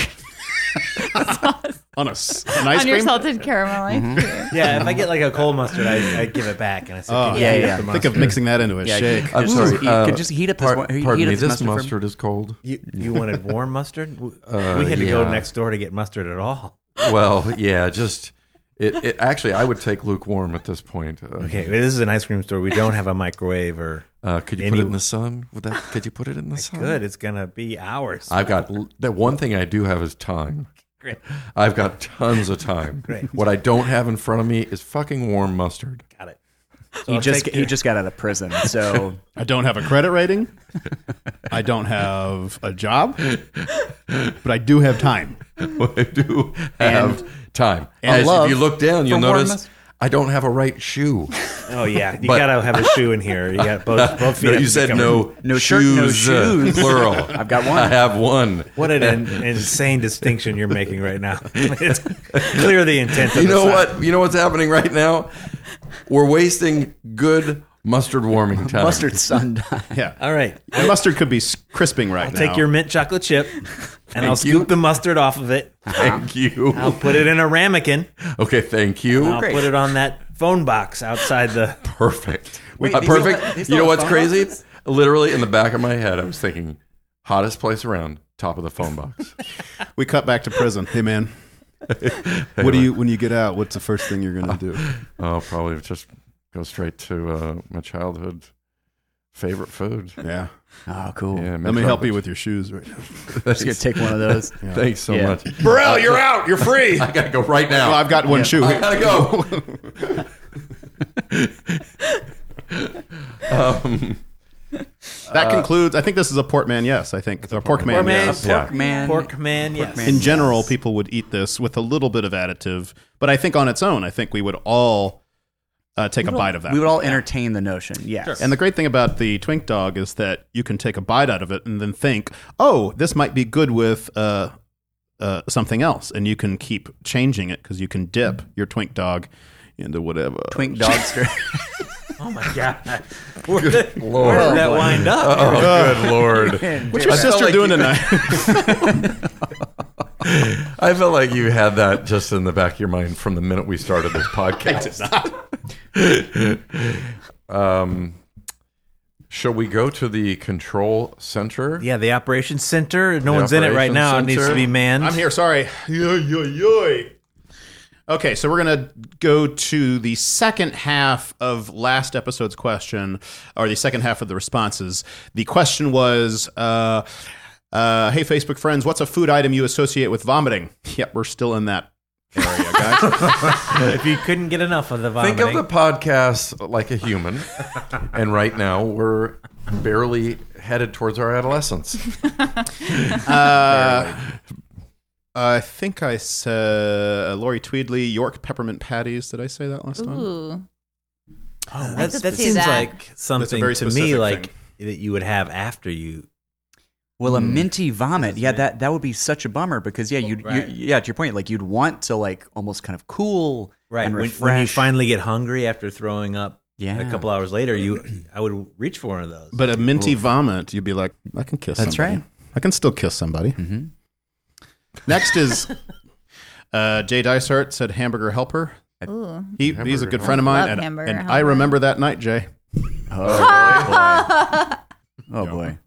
Speaker 2: On a s- an ice
Speaker 4: on your
Speaker 2: cream.
Speaker 4: salted caramel ice
Speaker 5: Mm-hmm.
Speaker 4: cream.
Speaker 3: Yeah. If I get like a cold mustard, I, I give it back and I say,
Speaker 2: Oh,
Speaker 3: "Can you
Speaker 5: yeah,
Speaker 3: eat
Speaker 5: yeah.
Speaker 3: the
Speaker 2: Think of
Speaker 3: mustard?"
Speaker 2: mixing that into a shake.
Speaker 5: I'm
Speaker 1: Ooh,
Speaker 5: sorry.
Speaker 1: uh,
Speaker 5: could just heat up this
Speaker 1: Par-
Speaker 5: one. Heat
Speaker 1: pardon
Speaker 5: up
Speaker 1: me,
Speaker 5: this
Speaker 1: this
Speaker 5: mustard for-
Speaker 1: mustard is cold.
Speaker 3: You, you wanted warm mustard? We-
Speaker 1: Uh,
Speaker 3: we had to go
Speaker 1: yeah.
Speaker 3: next door to get mustard at all.
Speaker 1: Well, yeah, just It, it actually, I would take lukewarm at this point. Uh,
Speaker 3: Okay, this is an ice cream store. We don't have a microwave or
Speaker 1: uh, could you
Speaker 3: Any-
Speaker 1: put it in the sun? Would that? Could you put it in the sun?
Speaker 3: good. It's gonna be ours.
Speaker 1: I've got l- the one thing I do have is time.
Speaker 3: Great.
Speaker 1: I've got tons of time.
Speaker 3: Great.
Speaker 1: What I don't have in front of me is fucking warm mustard.
Speaker 3: Got it.
Speaker 5: he just
Speaker 3: take
Speaker 5: he just got out of prison, so
Speaker 2: I don't have a credit rating. I don't have a job, but I do have time.
Speaker 1: I do have time. As
Speaker 5: love
Speaker 1: if you look down, you'll
Speaker 5: for warm
Speaker 1: notice
Speaker 5: mustard.
Speaker 1: I don't have a right shoe.
Speaker 3: Oh yeah, you
Speaker 1: But-
Speaker 3: gotta have a shoe in here. You got both both feet.
Speaker 1: No,
Speaker 3: have
Speaker 1: you
Speaker 3: to
Speaker 1: said
Speaker 3: cover.
Speaker 1: no,
Speaker 5: No shirt, no
Speaker 1: shoes, uh,
Speaker 5: shoes.
Speaker 1: plural.
Speaker 5: I've got one.
Speaker 1: I have one.
Speaker 3: What an in- insane distinction you're making right now. it's clear the intent. Of
Speaker 1: You
Speaker 3: the
Speaker 1: know
Speaker 3: song.
Speaker 1: what? You know what's happening right now? We're wasting good mustard warming time.
Speaker 5: mustard sundial.
Speaker 2: Yeah.
Speaker 3: All right,
Speaker 2: The mustard could be s- crisping right now.
Speaker 3: take your mint chocolate chip, and I'll
Speaker 1: you.
Speaker 3: scoop the mustard off of it.
Speaker 1: Thank you.
Speaker 3: I'll put it in a ramekin.
Speaker 1: Okay, thank you.
Speaker 3: I'll put it on that phone box outside the.
Speaker 1: Perfect.
Speaker 5: Wait,
Speaker 1: Uh,
Speaker 5: they still
Speaker 1: perfect.
Speaker 5: have- they still
Speaker 1: you know
Speaker 5: have
Speaker 1: what's
Speaker 5: phone
Speaker 1: crazy?
Speaker 5: boxes?
Speaker 1: Literally in the back of my head, I was thinking, hottest place around, top of the phone box.
Speaker 2: We cut back to prison. Hey man. what do you when you get out? What's the first thing you're gonna do?
Speaker 1: oh, probably just go straight to uh, my childhood favorite food.
Speaker 2: Yeah,
Speaker 5: Oh, cool.
Speaker 1: Yeah,
Speaker 2: let me help you with your shoes right now.
Speaker 5: Just gonna take one of those.
Speaker 1: Thanks so
Speaker 5: Yeah.
Speaker 1: much.
Speaker 2: Burrell, you're out. You're free.
Speaker 1: I gotta go right now.
Speaker 2: Well, I've got one shoe.
Speaker 1: I gotta go. Um,
Speaker 2: That concludes. I think this is Uh, a portman. Yes, I think or pork man. Yes.
Speaker 1: Pork
Speaker 5: man.
Speaker 3: Pork man, yes.
Speaker 5: man.
Speaker 2: In general, people would eat this with a little bit of additive, but I think on its own, I think we would all uh, take a bite of that.
Speaker 5: We would all entertain the notion. Yes.
Speaker 2: And the great thing about the Twink Dog is that you can take a bite out of it and then think, oh, this might be good with uh, uh, something else. And you can keep changing it because you can dip your Twink Dog into whatever.
Speaker 5: Mm. twink dogster.
Speaker 3: Oh my god! Where did, where did that
Speaker 5: Lord.
Speaker 3: wind up?
Speaker 1: Oh, good lord.
Speaker 2: What's your
Speaker 1: I felt
Speaker 2: sister
Speaker 1: like
Speaker 2: doing
Speaker 1: you-
Speaker 2: tonight?
Speaker 1: I felt like you had that just in the back of your mind from the minute we started this podcast. um, shall we go to the control center?
Speaker 3: Yeah, the operations center.
Speaker 1: The
Speaker 3: No one's in it right
Speaker 1: operations
Speaker 3: now. It needs
Speaker 1: center.
Speaker 3: to be manned.
Speaker 2: I'm here. Sorry. Yoy, yoy, yoy. Okay, so we're gonna go to the second half of last episode's question, or the second half of the responses. The question was, uh, uh, "Hey, Facebook friends, what's a food item you associate with vomiting?" Yep, we're still in that area, guys.
Speaker 3: If you couldn't get enough of the vomiting,
Speaker 1: Think of the podcast like a human, and right now we're barely headed towards our adolescence.
Speaker 2: uh, I think I said Lori Tweedley York peppermint patties. Did I say that last time?
Speaker 4: Ooh.
Speaker 3: Oh,
Speaker 4: I
Speaker 3: that,
Speaker 4: could
Speaker 3: that
Speaker 4: see
Speaker 3: seems
Speaker 4: that.
Speaker 3: like something
Speaker 2: very
Speaker 3: to me
Speaker 2: specific
Speaker 3: like that you would have after you.
Speaker 5: well,
Speaker 3: Mm.
Speaker 5: a minty vomit. Yeah, that that would be such a bummer because yeah, you'd,
Speaker 3: Right.
Speaker 5: you yeah to your point, like you'd want to like almost kind of cool
Speaker 3: Right
Speaker 5: and
Speaker 3: when,
Speaker 5: refresh.
Speaker 3: when you finally get hungry after throwing up.
Speaker 5: Yeah.
Speaker 3: a couple hours later, you I would reach for one of those.
Speaker 2: But a minty vomit, you'd be like, I can kiss.
Speaker 5: That's
Speaker 2: somebody.
Speaker 5: right.
Speaker 2: I can still kiss somebody.
Speaker 5: Mm-hmm.
Speaker 2: Next is uh, Jay Dysart said hamburger helper.
Speaker 4: Ooh.
Speaker 5: Mm-hmm.
Speaker 2: He, he's a good friend of mine,
Speaker 4: Love
Speaker 2: and,
Speaker 4: hamburger
Speaker 2: and
Speaker 4: helper.
Speaker 2: I remember that night, Jay.
Speaker 5: oh boy. Oh boy.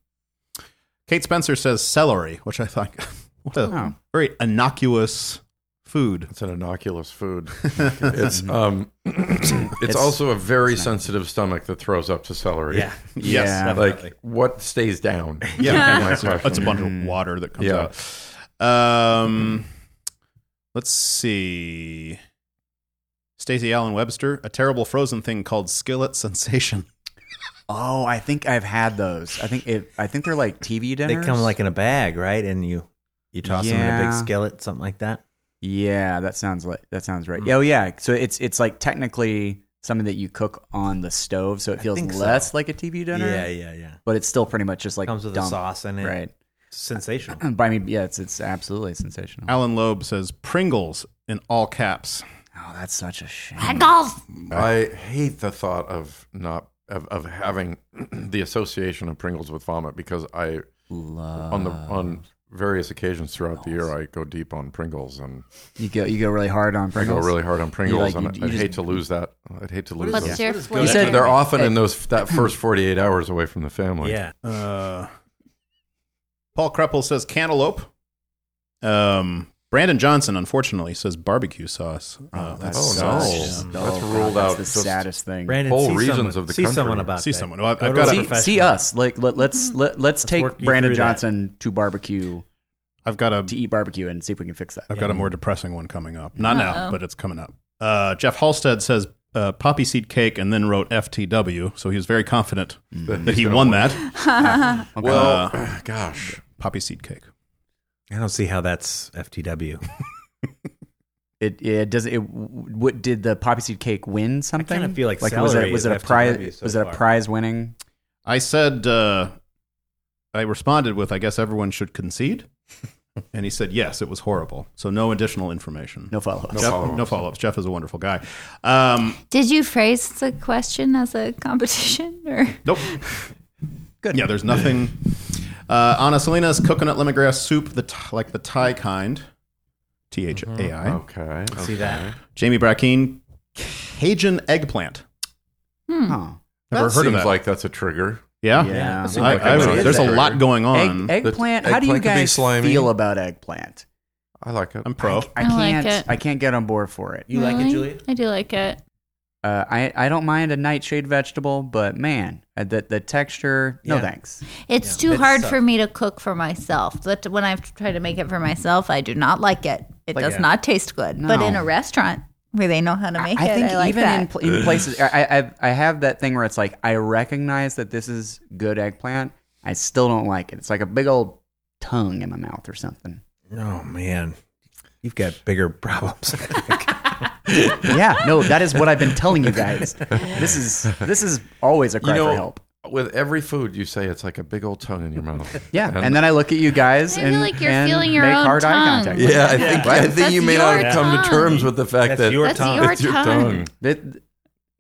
Speaker 2: Kate Spencer says celery, which I think what a
Speaker 5: Oh.
Speaker 2: very innocuous food.
Speaker 1: It's an innocuous food. It's um, it's, also a very sensitive stomach that throws up to celery.
Speaker 3: yeah,
Speaker 2: Yes.
Speaker 5: Yeah.
Speaker 1: like what stays down?
Speaker 2: Yeah,
Speaker 1: That's my
Speaker 2: that's a
Speaker 1: question.
Speaker 2: bunch of water that comes
Speaker 1: Yeah.
Speaker 2: out. Um, let's see. Stacey Allen Webster, a terrible frozen thing called skillet sensation.
Speaker 5: Oh, I think I've had those. I think it, I think they're like TV
Speaker 3: they
Speaker 5: dinners.
Speaker 3: come like in a bag, right? And you you toss them in a big
Speaker 5: Yeah.
Speaker 3: skillet, something like that.
Speaker 5: Yeah, that sounds like that sounds
Speaker 3: Hmm.
Speaker 5: right. Oh yeah, so it's it's like technically something that you cook on the stove, so it feels
Speaker 3: think so.
Speaker 5: less like a TV dinner.
Speaker 3: Yeah, yeah, yeah.
Speaker 5: But it's still pretty much just like
Speaker 3: Comes with a
Speaker 5: dump,
Speaker 3: sauce in it.
Speaker 5: right?
Speaker 3: It's sensational.
Speaker 5: But I mean, yeah, it's it's absolutely sensational.
Speaker 2: Alan Loeb says Pringles in all caps.
Speaker 5: Oh, that's such a shame.
Speaker 1: Mm-hmm. I hate the thought of not of, of having the association of Pringles with vomit because I
Speaker 5: Love.
Speaker 1: on the on various occasions throughout the year I go deep on Pringles and
Speaker 5: You go you go really hard on
Speaker 1: I go
Speaker 5: Pringles.
Speaker 1: really hard on Pringles
Speaker 5: like-
Speaker 1: and
Speaker 5: you-
Speaker 1: I'd
Speaker 5: you just-
Speaker 1: hate to lose that. I'd hate to lose
Speaker 4: What's
Speaker 1: those.
Speaker 4: your flavor?
Speaker 5: said-
Speaker 1: They're often in those that first forty eight hours away from the family.
Speaker 3: yeah,
Speaker 2: Uh, Paul Kreppel says cantaloupe. Um, Brandon Johnson, unfortunately, says barbecue sauce. Uh,
Speaker 1: Oh,
Speaker 2: that's
Speaker 1: no.
Speaker 2: sucks.
Speaker 1: That's ruled out.
Speaker 5: That's the
Speaker 1: Just-
Speaker 5: saddest thing.
Speaker 3: Brandon,
Speaker 1: Whole
Speaker 3: see
Speaker 1: reasons
Speaker 3: someone,
Speaker 1: of the
Speaker 3: see
Speaker 1: country.
Speaker 3: someone about
Speaker 2: See
Speaker 3: that.
Speaker 2: someone. Well, I've-
Speaker 3: Go
Speaker 2: I've
Speaker 3: to
Speaker 2: got
Speaker 3: a
Speaker 2: a-
Speaker 5: See,
Speaker 3: professional.
Speaker 5: see us. Like let, let's let, let's
Speaker 3: Hmm. work
Speaker 5: take
Speaker 3: you
Speaker 5: Brandon
Speaker 3: through that.
Speaker 5: Johnson to barbecue
Speaker 2: I've got a
Speaker 5: to eat barbecue and see if we can fix that.
Speaker 2: I've got a more depressing one coming up. Not now,
Speaker 4: Uh-oh.
Speaker 2: but it's coming up. Uh, Jeff Halstead says uh, poppy seed cake and then wrote FTW, so he was very confident that he won that.
Speaker 1: Mm.
Speaker 2: Uh,
Speaker 1: Well, gosh.
Speaker 2: Poppy seed cake.
Speaker 3: I don't see how that's FTW.
Speaker 5: It, it does it. What did the poppy seed cake win? Something?
Speaker 3: kinda feel like
Speaker 5: was
Speaker 3: celery
Speaker 5: it was
Speaker 3: is
Speaker 5: it a
Speaker 3: FTW
Speaker 5: prize
Speaker 3: so
Speaker 5: was it a
Speaker 3: far.
Speaker 5: prize winning?
Speaker 2: I said uh, I responded with I guess everyone should concede, and he said yes, it was horrible. So no additional information.
Speaker 5: No follow ups.
Speaker 2: Jeff, no follow-ups. Jeff is a wonderful guy. Um,
Speaker 4: Did you phrase the question as a competition or?
Speaker 2: Nope. Good. Yeah, there's nothing. Uh, Ana Salinas coconut lemongrass soup, the th- like the Thai kind. T H A I.
Speaker 1: Okay.
Speaker 3: see that?
Speaker 2: Jamie Brackeen, Cajun eggplant.
Speaker 5: Huh.
Speaker 2: Never
Speaker 1: that
Speaker 2: heard of
Speaker 1: seems
Speaker 2: that.
Speaker 1: like that's a trigger.
Speaker 2: yeah. um,
Speaker 5: Yeah.
Speaker 2: I- I-
Speaker 1: What is
Speaker 2: there's a
Speaker 1: that?
Speaker 2: lot going on.
Speaker 5: Egg, eggplant. How do you
Speaker 1: eggplant can be
Speaker 5: guys
Speaker 1: slimy.
Speaker 5: feel about eggplant?
Speaker 1: I like it.
Speaker 2: I'm pro.
Speaker 5: I
Speaker 4: I like
Speaker 5: can't.
Speaker 4: it.
Speaker 5: I can't get on board for it.
Speaker 3: You like it, Julia?
Speaker 4: I do like it.
Speaker 5: Uh, I I don't mind a nightshade vegetable, but man, uh, the the texture. No
Speaker 3: Yeah.
Speaker 5: thanks.
Speaker 4: It's too
Speaker 3: It's
Speaker 4: hard
Speaker 3: tough.
Speaker 4: for me to cook for myself. That when I've tried to make it for myself, I do not like it. It does not taste good. But
Speaker 5: No.
Speaker 4: in a restaurant where they know how to make
Speaker 5: I
Speaker 4: it,
Speaker 5: think
Speaker 4: I like
Speaker 5: even
Speaker 4: that.
Speaker 5: in, pl- in places, I, I I've- I have that thing where it's like I recognize that this is good eggplant. I still don't like it. It's like a big old tongue in my mouth or something.
Speaker 3: Oh man, you've got bigger problems.
Speaker 5: yeah, no, that is what I've been telling you guys. This is this is always a
Speaker 1: You
Speaker 5: cry
Speaker 1: know,
Speaker 5: for help.
Speaker 1: with every food you say, it's like a big old tongue in your mouth.
Speaker 5: Yeah, and, then I look at you guys
Speaker 4: I feel
Speaker 5: and
Speaker 4: like you're
Speaker 5: and
Speaker 4: feeling your
Speaker 5: make
Speaker 4: own
Speaker 5: hard eye
Speaker 4: tongue.
Speaker 5: contact.
Speaker 1: yeah, I think I think
Speaker 4: That's
Speaker 1: you may
Speaker 4: your
Speaker 1: not have come to
Speaker 4: tongue.
Speaker 1: terms with the fact
Speaker 3: That's
Speaker 1: that
Speaker 3: your
Speaker 4: That's
Speaker 3: tongue.
Speaker 4: your
Speaker 1: it's your tongue.
Speaker 4: tongue.
Speaker 5: Th-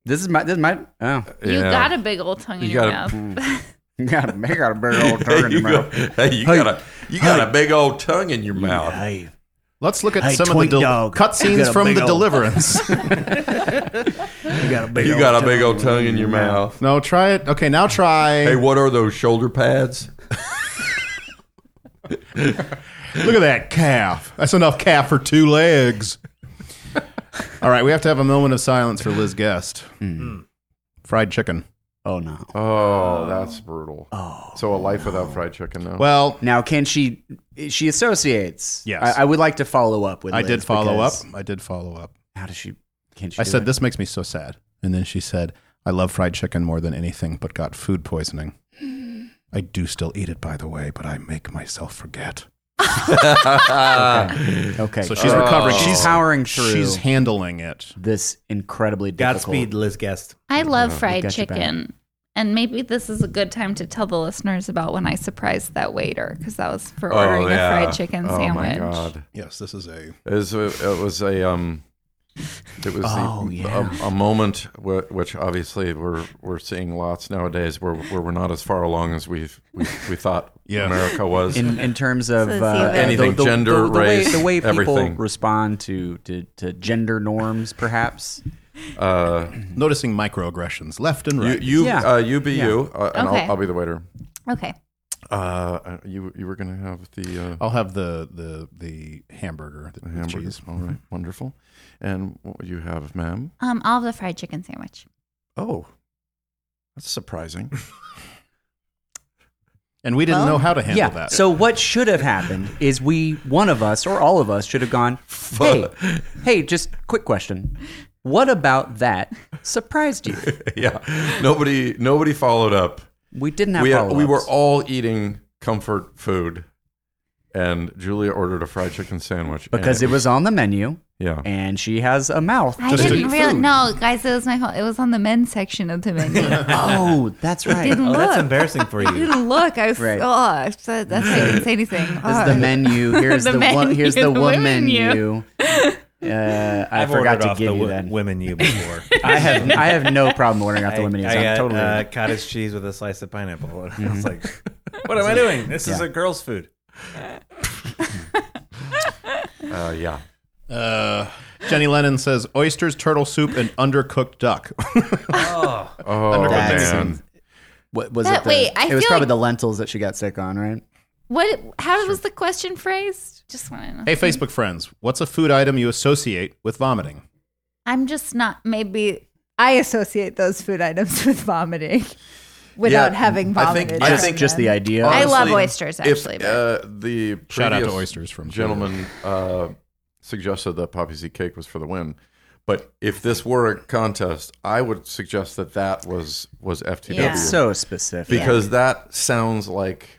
Speaker 5: This is my this is my oh
Speaker 4: You
Speaker 1: Yeah.
Speaker 4: got a big old tongue
Speaker 1: You
Speaker 4: in your
Speaker 1: got
Speaker 4: mouth.
Speaker 5: you got a big old big old turn in your
Speaker 1: you go-
Speaker 5: mouth.
Speaker 1: hey, you got a you got a big old tongue in your mouth.
Speaker 3: Hey,
Speaker 2: Let's look at
Speaker 3: Hey,
Speaker 2: some of the
Speaker 3: Twink
Speaker 2: del-
Speaker 3: Dog, you got
Speaker 2: cutscenes
Speaker 3: a
Speaker 2: from
Speaker 3: big
Speaker 2: The
Speaker 3: old-
Speaker 2: Deliverance.
Speaker 3: you got a big.
Speaker 1: You got a big old tongue in your mouth.
Speaker 2: no, try it. Okay, now try.
Speaker 1: Hey, what are those shoulder pads?
Speaker 2: Look at that calf. That's enough calf for two legs. All right, we have to have a moment of silence for Liz Guest.
Speaker 3: Hmm.
Speaker 2: Fried chicken.
Speaker 5: Oh no.
Speaker 1: Oh, that's brutal. so a life without fried chicken now.
Speaker 2: Well,
Speaker 5: Now can she she associates?
Speaker 2: Yes.
Speaker 5: I, I would like to follow up with.
Speaker 2: I
Speaker 5: Liz
Speaker 2: did follow up.
Speaker 5: because
Speaker 2: I did follow up.
Speaker 5: How does she? Can she?
Speaker 2: I
Speaker 5: do
Speaker 2: said,
Speaker 5: it?
Speaker 2: This makes me so sad. And then she said, I love fried chicken more than anything, but got food poisoning.
Speaker 3: Hmm.
Speaker 2: I do still eat it, by the way, but I make myself forget.
Speaker 5: Okay. Oh.
Speaker 2: So she's recovering.
Speaker 5: She's
Speaker 2: She's
Speaker 5: powering through.
Speaker 2: She's handling it.
Speaker 5: this incredibly difficult.
Speaker 3: Godspeed, Liz Guest.
Speaker 4: I love fried
Speaker 5: got your back.
Speaker 4: chicken. And maybe this is a good time to tell the listeners about when I surprised that waiter because that was for ordering
Speaker 1: yeah.
Speaker 4: a fried chicken
Speaker 1: oh my
Speaker 4: sandwich.
Speaker 1: god!
Speaker 2: Yes, this is a.
Speaker 1: It was a, it was a um, it was
Speaker 5: Oh,
Speaker 1: the,
Speaker 5: yeah.
Speaker 1: a, a moment w- which obviously we're we're seeing lots nowadays where where we're not as far along as we we we thought
Speaker 2: Yeah.
Speaker 1: America was.
Speaker 5: in in terms of
Speaker 4: So it's
Speaker 5: uh,
Speaker 4: even-
Speaker 1: Anything, gender,
Speaker 5: the way,
Speaker 1: race,
Speaker 5: the way people
Speaker 1: everything.
Speaker 5: respond to, to to gender norms, perhaps.
Speaker 1: uh,
Speaker 2: Noticing microaggressions left and
Speaker 1: you
Speaker 2: right.
Speaker 1: you
Speaker 5: Yeah.
Speaker 1: uh, you be you, uh, and
Speaker 4: Okay.
Speaker 1: I'll, I'll be the waiter.
Speaker 4: Okay.
Speaker 1: Uh, you you were gonna have the. Uh,
Speaker 5: Oh,
Speaker 2: I'll have the the the hamburger, the, with
Speaker 1: hamburger.
Speaker 2: cheese.
Speaker 1: All
Speaker 5: Mm-hmm.
Speaker 1: right, wonderful. And what would you have, ma'am?
Speaker 4: Um, I'll have the fried chicken sandwich.
Speaker 1: Oh, that's surprising.
Speaker 2: And we didn't
Speaker 4: Well,
Speaker 2: know how to handle
Speaker 5: yeah.
Speaker 2: that.
Speaker 5: So what should have happened is we, one of us or all of us, should have gone. Hey, hey, just quick question. What about that surprised you?
Speaker 1: yeah, nobody nobody followed up.
Speaker 5: We didn't have
Speaker 1: we had,
Speaker 5: follow-ups.
Speaker 1: we were all eating comfort food, and Julia ordered a fried chicken sandwich
Speaker 5: because it
Speaker 1: and-
Speaker 5: was on the menu,
Speaker 1: yeah.
Speaker 5: and she has a mouth.
Speaker 4: I
Speaker 2: Just to
Speaker 4: didn't
Speaker 2: eat
Speaker 4: really.
Speaker 2: food.
Speaker 4: No, guys, it was my fault. It was on the men's section of the menu. I
Speaker 5: oh, that's right.
Speaker 4: didn't
Speaker 5: This
Speaker 3: Oh, that's
Speaker 4: look.
Speaker 3: embarrassing for you.
Speaker 4: didn't look. I was.
Speaker 5: Right.
Speaker 4: Oh, I said- that's why I didn't say anything.
Speaker 5: is the menu. Here's the,
Speaker 4: The
Speaker 5: one. Here's the
Speaker 4: menu, the
Speaker 5: one menu.
Speaker 4: menu.
Speaker 5: Uh, I
Speaker 3: I've
Speaker 5: forgot
Speaker 3: ordered
Speaker 5: to
Speaker 3: off
Speaker 5: give
Speaker 3: the
Speaker 5: you
Speaker 3: wo-
Speaker 5: that.
Speaker 3: women you before.
Speaker 5: I have I have no problem ordering off the women.
Speaker 3: I
Speaker 5: I,
Speaker 3: got
Speaker 5: am totally. Mm-hmm.
Speaker 3: uh, cottage cheese with a slice of pineapple, and I was like, "What am I doing? This is a girl's food."
Speaker 1: Uh, yeah.
Speaker 2: Uh, Jenny Lennon says oysters, turtle soup, and undercooked duck.
Speaker 1: Oh
Speaker 2: Undercooked
Speaker 5: That's-
Speaker 1: man,
Speaker 5: what was
Speaker 4: That-
Speaker 5: it? The,
Speaker 4: wait, I
Speaker 5: it was
Speaker 4: feel
Speaker 5: probably
Speaker 4: like-
Speaker 5: the lentils that she got sick on, right?
Speaker 4: What? How was the question phrased? Just want to know.
Speaker 2: Hey, Facebook friends, what's a food item you associate with vomiting?
Speaker 4: I'm just not. Maybe I associate those food items with vomiting, without
Speaker 1: Yeah,
Speaker 4: having
Speaker 1: I think-
Speaker 4: vomited.
Speaker 1: I
Speaker 4: from
Speaker 1: think-
Speaker 3: just the
Speaker 4: them.
Speaker 3: idea.
Speaker 4: I love
Speaker 1: Honestly,
Speaker 4: oysters,
Speaker 1: If
Speaker 4: actually,
Speaker 1: uh, the
Speaker 2: Shout out to
Speaker 1: previous
Speaker 2: oysters from
Speaker 1: gentleman uh, suggested that poppy seed cake was for the win. But if this were a contest, I would suggest that that was was FTW
Speaker 4: Yeah.
Speaker 5: It's so specific.
Speaker 1: because that sounds like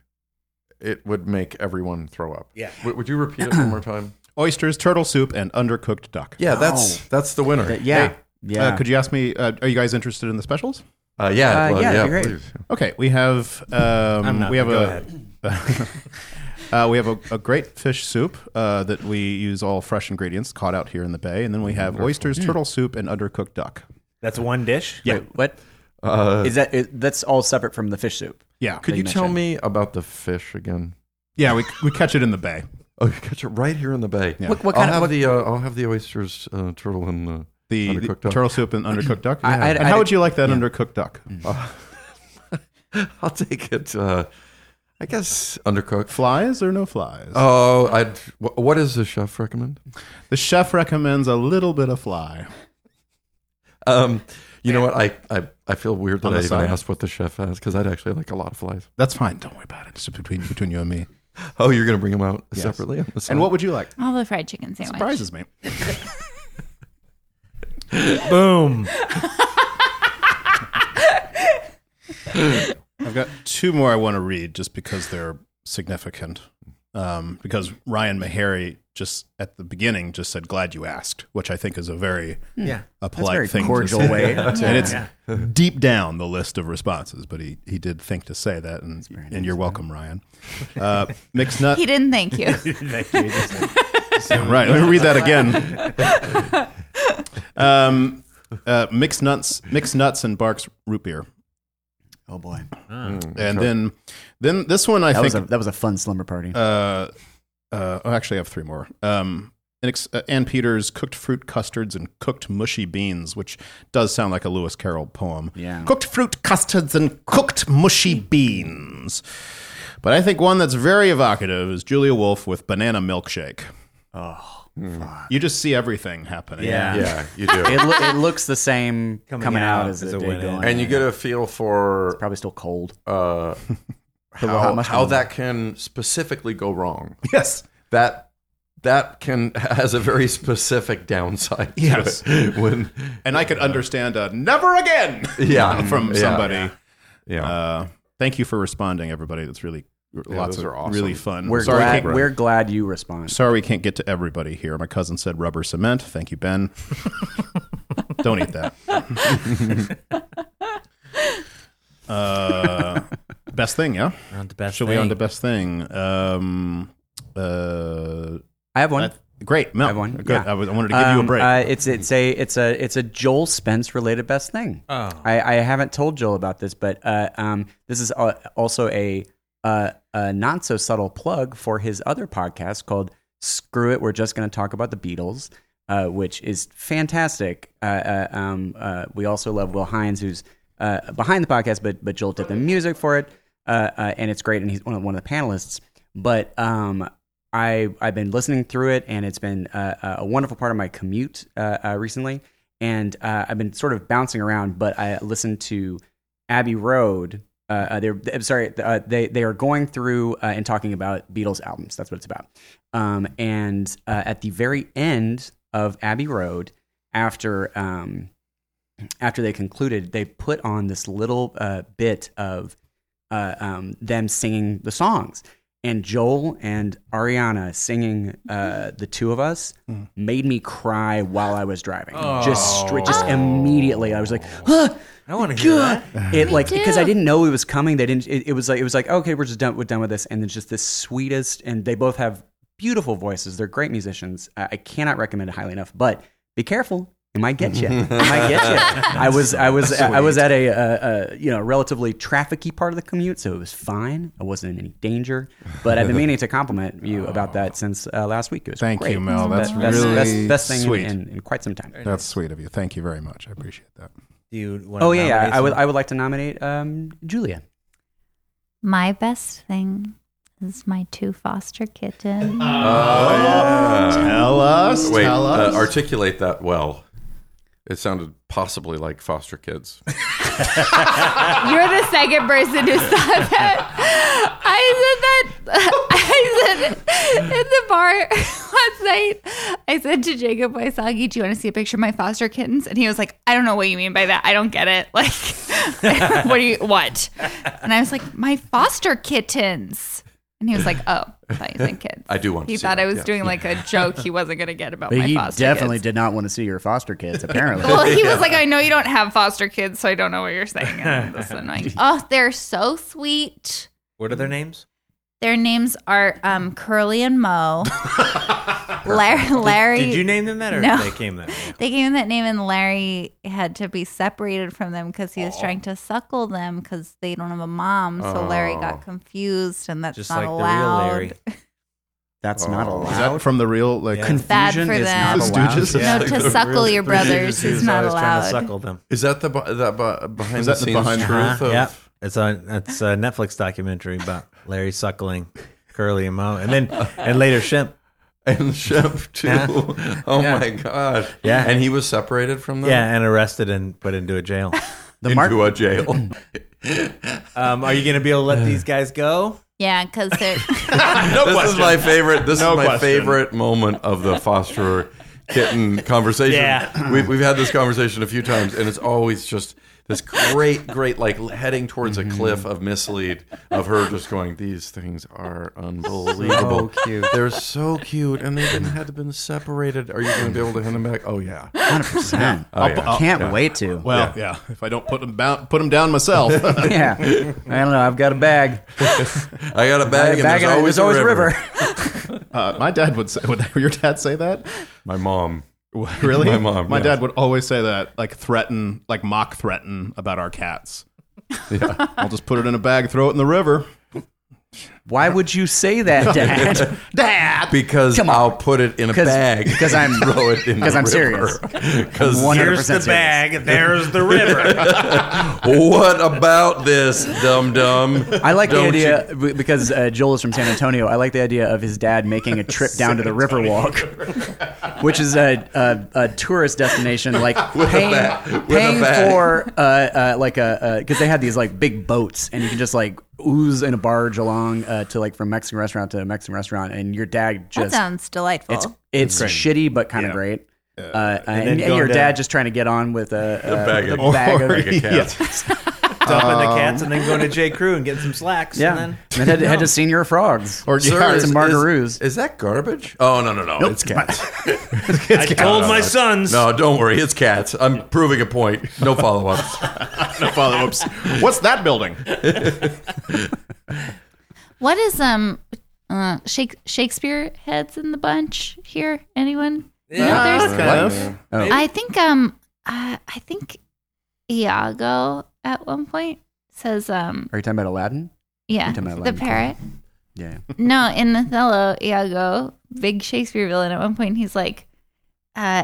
Speaker 1: it would make everyone throw up.
Speaker 3: Yeah.
Speaker 1: W- would you repeat it one more time?
Speaker 2: Oysters, turtle soup, and undercooked duck.
Speaker 1: Yeah, that's that's the winner.
Speaker 5: That- yeah.
Speaker 1: Hey,
Speaker 5: yeah.
Speaker 2: Uh, could you ask me? Uh, are you guys interested in the specials?
Speaker 1: uh, yeah,
Speaker 5: Uh,
Speaker 1: well,
Speaker 5: yeah,
Speaker 1: yeah,
Speaker 5: that'd be great.
Speaker 1: please.
Speaker 2: Okay, we have um,
Speaker 3: I'm not,
Speaker 2: we have
Speaker 3: go
Speaker 2: a uh, we have a, a great fish soup uh, that we use all fresh ingredients caught out here in the bay, and then we have oysters, turtle soup, and undercooked duck.
Speaker 3: That's one dish.
Speaker 5: Wait, what? Is that is, that's all separate from the fish soup?
Speaker 2: Yeah,
Speaker 1: Uh, Could you tell me about the fish again?
Speaker 2: yeah, we we catch it in the bay.
Speaker 1: Oh, you catch it right here in the bay.
Speaker 2: Yeah.
Speaker 5: What, what
Speaker 1: I'll
Speaker 5: kind
Speaker 1: have
Speaker 5: of?
Speaker 1: the uh, I'll have the oysters, uh, turtle, and uh,
Speaker 2: The, the
Speaker 1: Undercooked duck.
Speaker 2: turtle soup and undercooked duck.
Speaker 5: I-
Speaker 2: Yeah. Hmm.
Speaker 5: I-
Speaker 2: and
Speaker 5: I-
Speaker 2: how would you like that undercooked duck?
Speaker 1: I'll take it. Uh, I guess undercooked.
Speaker 2: Flies or no flies?
Speaker 1: Oh, I'd. wh- What does the chef recommend?
Speaker 2: The chef recommends a little bit of fly.
Speaker 1: Um, you know what? I, I I feel weird that
Speaker 2: On the
Speaker 1: I even
Speaker 2: side.
Speaker 1: asked what the chef has because I'd actually like a lot of flies.
Speaker 2: That's fine. Don't worry about it. It's between between you and me.
Speaker 1: Oh, you're gonna bring them out separately. on the side?
Speaker 2: And what would you like?
Speaker 4: all the fried chicken sandwich.
Speaker 2: Surprises me.
Speaker 3: Boom.
Speaker 2: I've got two more I want to read just because they're significant. Um, because Ryan Meharry just at the beginning just said, "Glad you asked," which I think is a very
Speaker 3: Yeah.
Speaker 2: a
Speaker 5: Hmm. That's
Speaker 2: polite
Speaker 5: very
Speaker 2: thing,
Speaker 5: cordial
Speaker 2: to say.
Speaker 5: way.
Speaker 2: and it's deep down the list of responses. But he, he did think to say that, and and you're welcome, Ryan. Uh, mixed nut.
Speaker 4: He didn't thank you.
Speaker 2: right. Let me read that again. um, uh, mixed nuts, mixed nuts, and Barks root beer,
Speaker 5: Oh boy,
Speaker 2: and then then this one I
Speaker 5: that
Speaker 2: think
Speaker 5: was a that was a fun slumber party.
Speaker 2: uh, uh, oh, actually, I have three more. Um, and ex- uh, Ann Peters cooked fruit custards and cooked mushy beans, which does sound like a Lewis Carroll poem.
Speaker 5: Yeah.
Speaker 2: Cooked fruit custards and cooked mushy beans. But I think one that's very evocative is Julia Wolf with banana milkshake.
Speaker 5: oh, fuck.
Speaker 2: You just see everything happening.
Speaker 3: Yeah.
Speaker 1: yeah, you do.
Speaker 5: It, loo- it looks the same coming,
Speaker 3: Coming
Speaker 5: out,
Speaker 3: out
Speaker 5: as,
Speaker 3: as
Speaker 5: it
Speaker 3: it
Speaker 5: did
Speaker 3: went in.
Speaker 5: going.
Speaker 1: and you
Speaker 5: in.
Speaker 1: get a feel for
Speaker 5: probably still cold.
Speaker 1: uh,
Speaker 5: hot
Speaker 1: how,
Speaker 5: mustard.
Speaker 1: how that can specifically go wrong.
Speaker 2: Yes.
Speaker 1: That that can has a very specific downside. to
Speaker 2: Yes.
Speaker 1: it. when
Speaker 2: And I could understand a never again
Speaker 1: yeah
Speaker 2: from
Speaker 1: yeah,
Speaker 2: somebody.
Speaker 1: Yeah,
Speaker 2: Uh, thank you for responding, everybody. That's really lots
Speaker 1: those
Speaker 2: of
Speaker 1: are awesome.
Speaker 2: really fun.
Speaker 5: We're
Speaker 2: Sorry,
Speaker 5: glad.
Speaker 2: Kate-
Speaker 5: We're glad you respond.
Speaker 2: Sorry, we can't get to everybody here. My cousin said rubber cement. Thank you, Ben. Don't eat that. uh, best thing, yeah.
Speaker 3: On to best
Speaker 2: Should we on to best thing? Um, uh,
Speaker 5: I have one.
Speaker 2: that- great, Mel.
Speaker 5: I have one.
Speaker 2: Good.
Speaker 5: Yeah.
Speaker 2: I, was, I wanted to give you a
Speaker 5: Um,
Speaker 2: break.
Speaker 5: Uh, it's it's a it's a it's a Joel Spence related best thing.
Speaker 3: Oh.
Speaker 5: I, I haven't told Joel about this, but uh, um, this is al- also a, uh, a not so subtle plug for his other podcast called "Screw It." We're just going to talk about the Beatles, uh, which is fantastic. Uh, uh, um, uh, we also love Will Hines, who's uh, behind the podcast, but but Joel did the music for it, uh, uh, and it's great. And he's one of one of the panelists. But um, I I've been listening through it, and it's been uh, a wonderful part of my commute uh, uh, recently. And uh, I've been sort of bouncing around, but I listened to Abbey Road. Uh, uh, they're I'm sorry. Uh, they they are going through uh, and talking about Beatles albums. That's what it's about. Um, and uh, at the very end of Abbey Road, after um, after they concluded, they put on this little uh, bit of uh, um, them singing the songs. And Joel and Ariana singing uh, "The Two of Us" made me cry while I was driving. Just straight, just immediately, I was like, "Huh,
Speaker 3: I want to hear
Speaker 5: God.
Speaker 3: that.
Speaker 5: It like because I didn't know it was coming. They didn't. It, it was like it was like okay, we're just done. We're done with this. And it's just the sweetest. And they both have beautiful voices. They're great musicians. I, I cannot recommend it highly enough. But be careful. It might get you. It might get you. I was I was I was at a, uh uh you know relatively trafficy part of the commute, so it was fine. I wasn't in any danger. But I've been meaning to compliment you about that since uh, last week. It was
Speaker 2: Thank
Speaker 5: great.
Speaker 2: you, Mel. That's
Speaker 5: Be- best,
Speaker 2: really
Speaker 5: best, best thing in-
Speaker 2: sweet.
Speaker 5: In, in quite some time.
Speaker 2: That's sweet of you. Thank you very much. I appreciate that.
Speaker 3: Do you want
Speaker 5: Oh yeah, yeah. I would I would like to nominate um, Julia.
Speaker 4: My best thing This is my two foster kittens.
Speaker 6: Tell us.
Speaker 1: Wait,
Speaker 6: tell
Speaker 1: uh,
Speaker 6: us.
Speaker 1: articulate that well. It sounded possibly like foster kids.
Speaker 4: You're the second person who saw that. I said that. I said in the bar last night. I said to Jacob Waisagi, "Do you want to see a picture of my foster kittens?" And he was like, "I don't know what you mean by that. I don't get it. Like, what do you what?" And I was like, "My foster kittens." And he was like, "Oh, I thought you said kids."
Speaker 1: I do want
Speaker 4: He
Speaker 1: to see
Speaker 4: thought
Speaker 1: that,
Speaker 4: I was
Speaker 1: yeah.
Speaker 4: doing like a joke he wasn't going to get about
Speaker 5: But
Speaker 4: my
Speaker 5: he
Speaker 4: foster
Speaker 5: definitely
Speaker 4: kids.
Speaker 5: did not want to see your foster kids, apparently.
Speaker 4: Well, he was like, I know you don't have foster kids, so I don't know what you're saying. And this is annoying. Oh, they're so sweet.
Speaker 3: What are their names?
Speaker 4: Their names are um, Curly and Mo. Larry, Larry
Speaker 3: Did you name them that, or
Speaker 4: No.
Speaker 3: they came that way?
Speaker 4: they gave him that name, and Larry had to be separated from them because he was trying to suckle them because they don't have a mom. So Larry
Speaker 1: Oh.
Speaker 4: got confused, and that's
Speaker 3: Just
Speaker 4: not
Speaker 3: like
Speaker 4: allowed.
Speaker 3: the real Larry.
Speaker 5: That's not
Speaker 1: Oh.
Speaker 5: allowed.
Speaker 2: Is that from the real like?
Speaker 3: Yeah.
Speaker 5: Confusion
Speaker 4: Bad for
Speaker 5: is
Speaker 4: them.
Speaker 5: not
Speaker 2: The
Speaker 5: allowed.
Speaker 2: Stooges?
Speaker 4: No, to suckle your brothers
Speaker 3: He was
Speaker 4: is not
Speaker 3: always Trying to
Speaker 4: allowed.
Speaker 3: suckle them.
Speaker 1: Is that the bu- that bu- behind
Speaker 2: Is
Speaker 1: the
Speaker 2: that the
Speaker 1: scenes
Speaker 2: behind-
Speaker 1: truth?
Speaker 3: Uh-huh,
Speaker 1: of,
Speaker 3: yep. It's on it's a Netflix documentary about Larry suckling Curly and Mo, and then and later Shemp.
Speaker 1: and Shemp too.
Speaker 3: Yeah.
Speaker 1: Oh
Speaker 3: Yeah.
Speaker 1: my god!
Speaker 3: Yeah.
Speaker 1: and he was separated from them.
Speaker 3: Yeah, and arrested and put into a jail.
Speaker 5: The mark-
Speaker 1: into a jail.
Speaker 3: Um, are you going to be able to let these guys go?
Speaker 4: Yeah, because they're.
Speaker 1: this is my favorite. This
Speaker 2: No
Speaker 1: is my
Speaker 2: question.
Speaker 1: favorite moment of the foster kitten conversation.
Speaker 3: Yeah.
Speaker 1: We've, we've had this conversation a few times, and it's always just this great, great, like heading towards a cliff of mislead of her just going, "These things are unbelievable.
Speaker 5: cute.
Speaker 1: They're so cute, and they've been, had to been separated. Are you going to be able to hand them back? Oh yeah.
Speaker 5: 100%.
Speaker 1: Oh, yeah.
Speaker 5: I can't
Speaker 1: Yeah.
Speaker 5: wait to.
Speaker 2: Well, yeah. If I don't put them down, put them down myself.
Speaker 5: yeah. I don't know. I've got a bag.
Speaker 1: I got a bag,
Speaker 5: a bag
Speaker 1: and there's, always, a river.
Speaker 2: uh, my dad would say. Would your dad say that?
Speaker 1: My mom.
Speaker 2: Really?
Speaker 1: My mom,
Speaker 2: My
Speaker 1: yeah.
Speaker 2: dad would always say that, like threaten, like mock threaten about our cats. I'll just put it in a bag, throw it in the river.
Speaker 5: Why would you say that, Dad? Dad!
Speaker 1: Because
Speaker 5: Come on.
Speaker 1: I'll put it in a
Speaker 5: 'Cause-
Speaker 1: bag.
Speaker 5: 'cause I'm-
Speaker 1: throw it in
Speaker 5: 'cause
Speaker 1: the
Speaker 5: I'm serious.
Speaker 1: river. 'Cause-
Speaker 5: I'm 100%
Speaker 3: Here's the
Speaker 5: serious.
Speaker 3: bag. There's the river.
Speaker 1: what about this, dum dum?
Speaker 5: I like the
Speaker 1: Don't
Speaker 5: idea b- because uh, Joel is from San Antonio. I like the idea of his dad making a trip down to the Riverwalk, which is a, a, a tourist destination. Like paying,
Speaker 1: bat. With a
Speaker 5: paying
Speaker 1: bat.
Speaker 5: for uh, uh, like a because they had these like big boats and you can just like ooze in a barge along uh, to like from Mexican restaurant to Mexican restaurant, and your dad
Speaker 4: that
Speaker 5: just
Speaker 4: sounds delightful.
Speaker 5: it's it's shitty but kind of
Speaker 2: Yeah.
Speaker 5: great. Uh, uh, and
Speaker 3: then
Speaker 5: and
Speaker 3: going
Speaker 5: your
Speaker 3: down-
Speaker 5: dad just trying to get on with a, a,
Speaker 1: bag
Speaker 5: with
Speaker 1: of-
Speaker 5: a bag of
Speaker 1: Like a cat.
Speaker 3: Dumping the cats and then going to J. Crew and getting some slacks.
Speaker 5: yeah.
Speaker 3: And
Speaker 5: And then had, had to senior frogs
Speaker 2: Or
Speaker 1: Sir,
Speaker 2: yeah,
Speaker 5: it's a margaroos.
Speaker 1: Is, is that garbage? Oh no no no! It's cats.
Speaker 3: then I told my sons.
Speaker 1: No, don't worry. It's cats. I'm proving a point. No follow ups.
Speaker 2: no follow ups. What's that building?
Speaker 4: What is um uh Shake- Shakespeare heads in the bunch here? Anyone?
Speaker 3: Yeah,
Speaker 4: No, there's-
Speaker 3: that's kind of-
Speaker 4: I think um uh, I think Iago at one point says um
Speaker 5: Are you talking about Aladdin?
Speaker 4: yeah
Speaker 5: talking about
Speaker 4: the
Speaker 5: Aladdin?
Speaker 4: parrot.
Speaker 5: Yeah.
Speaker 4: No, in Othello, Iago, big Shakespeare villain. At one point, he's like, uh.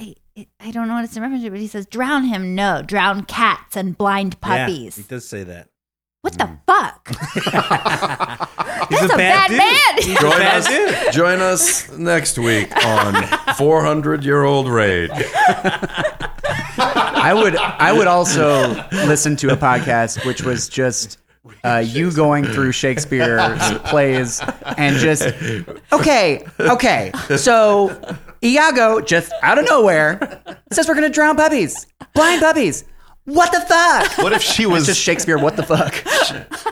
Speaker 4: I- I don't know what it's in reference to, but he says, "Drown him, no, drown cats and blind
Speaker 3: Yeah, Mm.
Speaker 4: puppies."
Speaker 3: he does say that.
Speaker 4: What the fuck?
Speaker 3: He's
Speaker 4: That's a bad man.
Speaker 3: He's a
Speaker 1: Join
Speaker 3: bad
Speaker 1: us,
Speaker 3: dude.
Speaker 1: join us next week on 400 year old rage.
Speaker 5: I would I would also listen to a podcast which was just uh, you going through Shakespeare's plays and just okay okay so Iago just out of nowhere says we're gonna drown puppies blind puppies what the fuck
Speaker 2: What if she
Speaker 5: it's just
Speaker 2: was
Speaker 5: Shakespeare what the fuck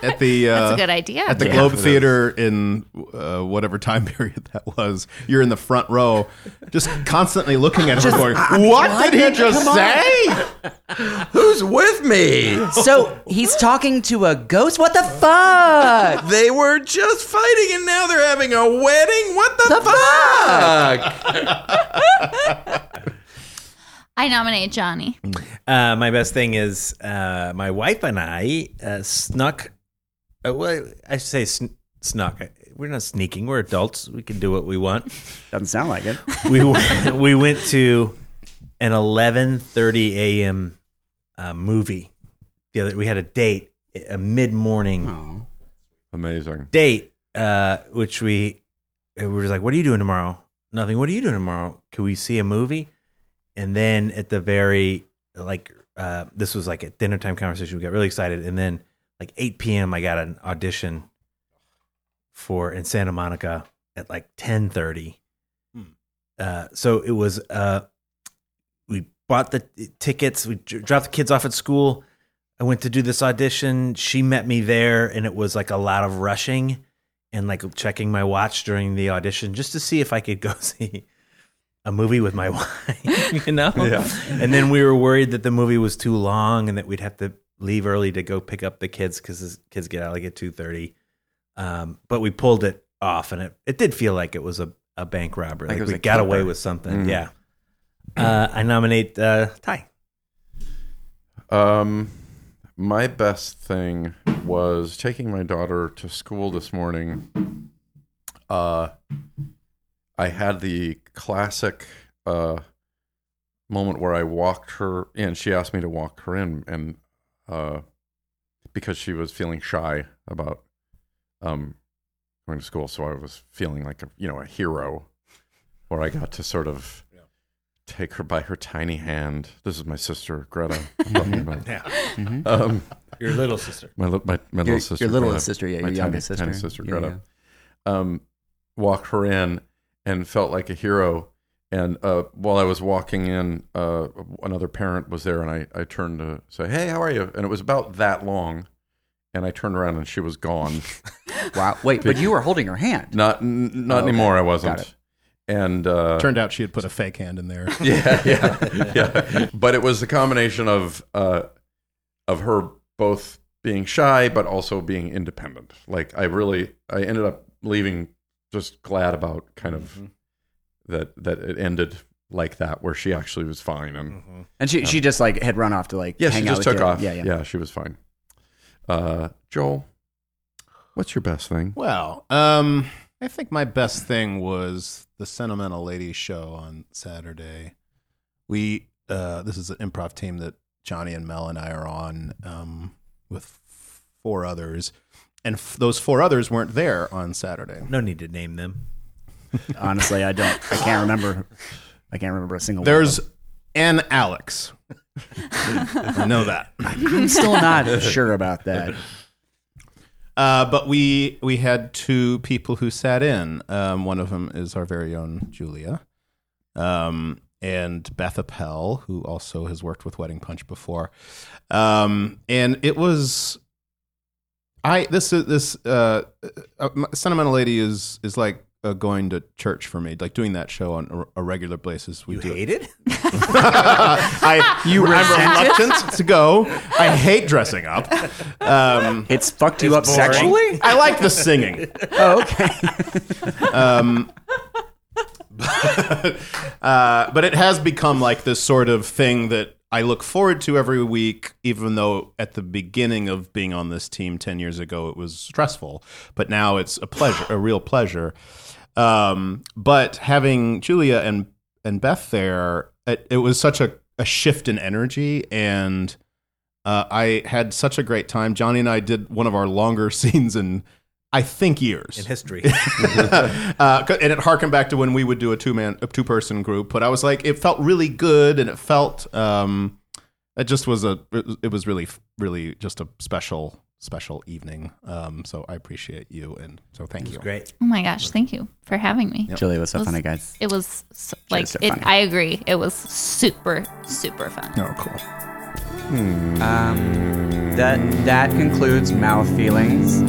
Speaker 2: at the? Uh,
Speaker 4: That's a good idea.
Speaker 2: At the Globe Theater in uh, whatever time period that was, you're in the front row, just constantly looking at her, going, "What did he just say?"
Speaker 1: Who's with me?
Speaker 5: so he's talking to a ghost what the fuck
Speaker 1: They were just fighting and now they're having a wedding? What the,
Speaker 5: The fuck?
Speaker 1: fuck?
Speaker 4: I nominate Johnny.
Speaker 3: Uh, my best thing is uh, my wife and I uh, snuck. Uh, well, I say sn- snuck. We're not sneaking. We're adults. We can do what we want.
Speaker 5: doesn't sound like it
Speaker 3: We w- we went to an eleven thirty a.m. Uh, movie. uh, The other we had a date, a mid morning
Speaker 1: Amazing.
Speaker 3: date uh, which we, we were just like, what are you doing tomorrow? Nothing. What are you doing tomorrow? Can we see a movie? And then at the very, like, uh, this was like a dinner time conversation. We got really excited. And then, like, 8 p.m., I got an audition for in Santa Monica at like 1030. Uh, so it was, uh, we bought the tickets, we dr- dropped the kids off at school. I went to do this audition. She met me there, and it was like a lot of rushing and like checking my watch during the audition just to see if I could go see a movie with my wife, you know?
Speaker 1: Yeah.
Speaker 3: And then we were worried that the movie was too long and that we'd have to leave early to go pick up the kids because the kids get out like at 2.30. Um, but we pulled it off, and it, it did feel like it was a, a bank robbery.
Speaker 5: Like
Speaker 3: Like,
Speaker 5: it was
Speaker 3: we
Speaker 5: a
Speaker 3: got away
Speaker 5: kidnapper.
Speaker 3: with something, yeah. Uh, I nominate uh, Ty.
Speaker 1: Um, my best thing was taking my daughter to school this morning. Uh, I had the classic uh, moment where I walked her in. She asked me to walk her in, and uh, because she was feeling shy about um, going to school, so I was feeling like a you know a hero, where I got to sort of. Take her by her tiny hand. This is my sister, Greta. I'm talking about um,
Speaker 3: Your little sister.
Speaker 1: my, li- my, my
Speaker 5: Your,
Speaker 1: little sister.
Speaker 5: your little
Speaker 1: Greta,
Speaker 5: sister, yeah,
Speaker 1: my
Speaker 5: your youngest
Speaker 1: tiny,
Speaker 5: sister.
Speaker 1: tiny sister,
Speaker 5: Yeah,
Speaker 1: Greta, Um, walked her in and felt like a hero. And uh, while I was walking in, uh, another parent was there, and I, I turned to say, "Hey, how are you?" And it was about that long, and I turned around and she was gone.
Speaker 5: yeah. Wow. Wait, but you were holding her hand.
Speaker 1: Not n- not
Speaker 5: Oh, okay.
Speaker 1: anymore. I
Speaker 5: Got
Speaker 1: wasn't. And uh,
Speaker 2: Turned out she had put a fake hand in there.
Speaker 1: yeah, yeah, yeah. But it was the combination of uh, of her both being shy, but also being independent. Like I really, I ended up leaving just glad about kind of
Speaker 5: Mm-hmm.
Speaker 1: that that it ended like that, where she actually was fine, and
Speaker 5: And she, she just like had run off to like
Speaker 1: yeah,
Speaker 5: Mm-hmm. hang
Speaker 1: she
Speaker 5: out
Speaker 1: just
Speaker 5: with
Speaker 1: took
Speaker 5: you.
Speaker 1: off.
Speaker 5: Yeah, yeah.
Speaker 1: she was fine. Uh, Joel, what's your best thing?
Speaker 2: Well, um, I think my best thing was the Sentimental Ladies show on Saturday. We uh, this is an improv team that Johnny and Mel and I are on um, with four others, and f- those four others weren't there on Saturday.
Speaker 3: No need to name them.
Speaker 5: Honestly, I don't. I can't remember. I can't remember a single. one.
Speaker 2: There's an Alex. I know that.
Speaker 5: I'm still not sure about that.
Speaker 2: Uh, but we we had two people who sat in. Um, one of them is our very own Julia, um, and Beth Appel, who also has worked with Wedding Punch before. Um, and it was, I this is this uh, uh, my- sentimental lady is is like uh, going to church for me, like doing that show on a, a regular basis. We
Speaker 3: You
Speaker 2: do it.
Speaker 3: hate it?
Speaker 2: I you I'm reluctant to go. I hate dressing up. Um,
Speaker 5: It's fucked you up
Speaker 3: boring.
Speaker 5: sexually.
Speaker 2: I like the singing.
Speaker 5: Oh, okay.
Speaker 2: Um, uh, but it has become like this sort of thing that I look forward to every week, even though at the beginning of being on this team 10 years ago, it was stressful. But now it's a pleasure, a real pleasure. Um, but having Julia and, and Beth there, it, it was such a, a shift in energy and. Uh, I had such a great time. Johnny and I did one of our longer scenes in, I think, years
Speaker 3: In history.
Speaker 2: uh, and it harkened back to when we would do a two man, a two person group. But I was like, it felt really good, and it felt um, it just was a, it was really, really just a special, special evening. Um, so I appreciate you, and so thank you.
Speaker 3: Great.
Speaker 4: Oh my gosh, thank you for having me.
Speaker 5: Julie, what's so funny, guys?
Speaker 4: It was s like
Speaker 5: so
Speaker 4: it,
Speaker 5: funny.
Speaker 4: I agree. It was super super fun.
Speaker 2: Oh, cool.
Speaker 5: That that concludes mouth feelings.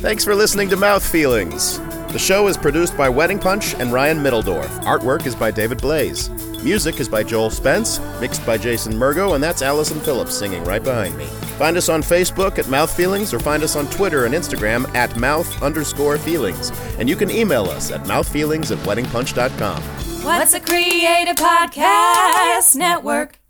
Speaker 6: Thanks for listening to Mouth Feelings. The show is produced by Wedding Punch and Ryan Middledorf. Artwork is by David Blaze. Music is by Joel Spence, mixed by Jason Murgo, and that's Allison Phillips singing right behind me. Find us on Facebook at Mouth Feelings or find us on Twitter and Instagram at mouth underscore feelings. And you can email us at mouthfeelings at weddingpunch.com.
Speaker 7: What's a creative podcast network?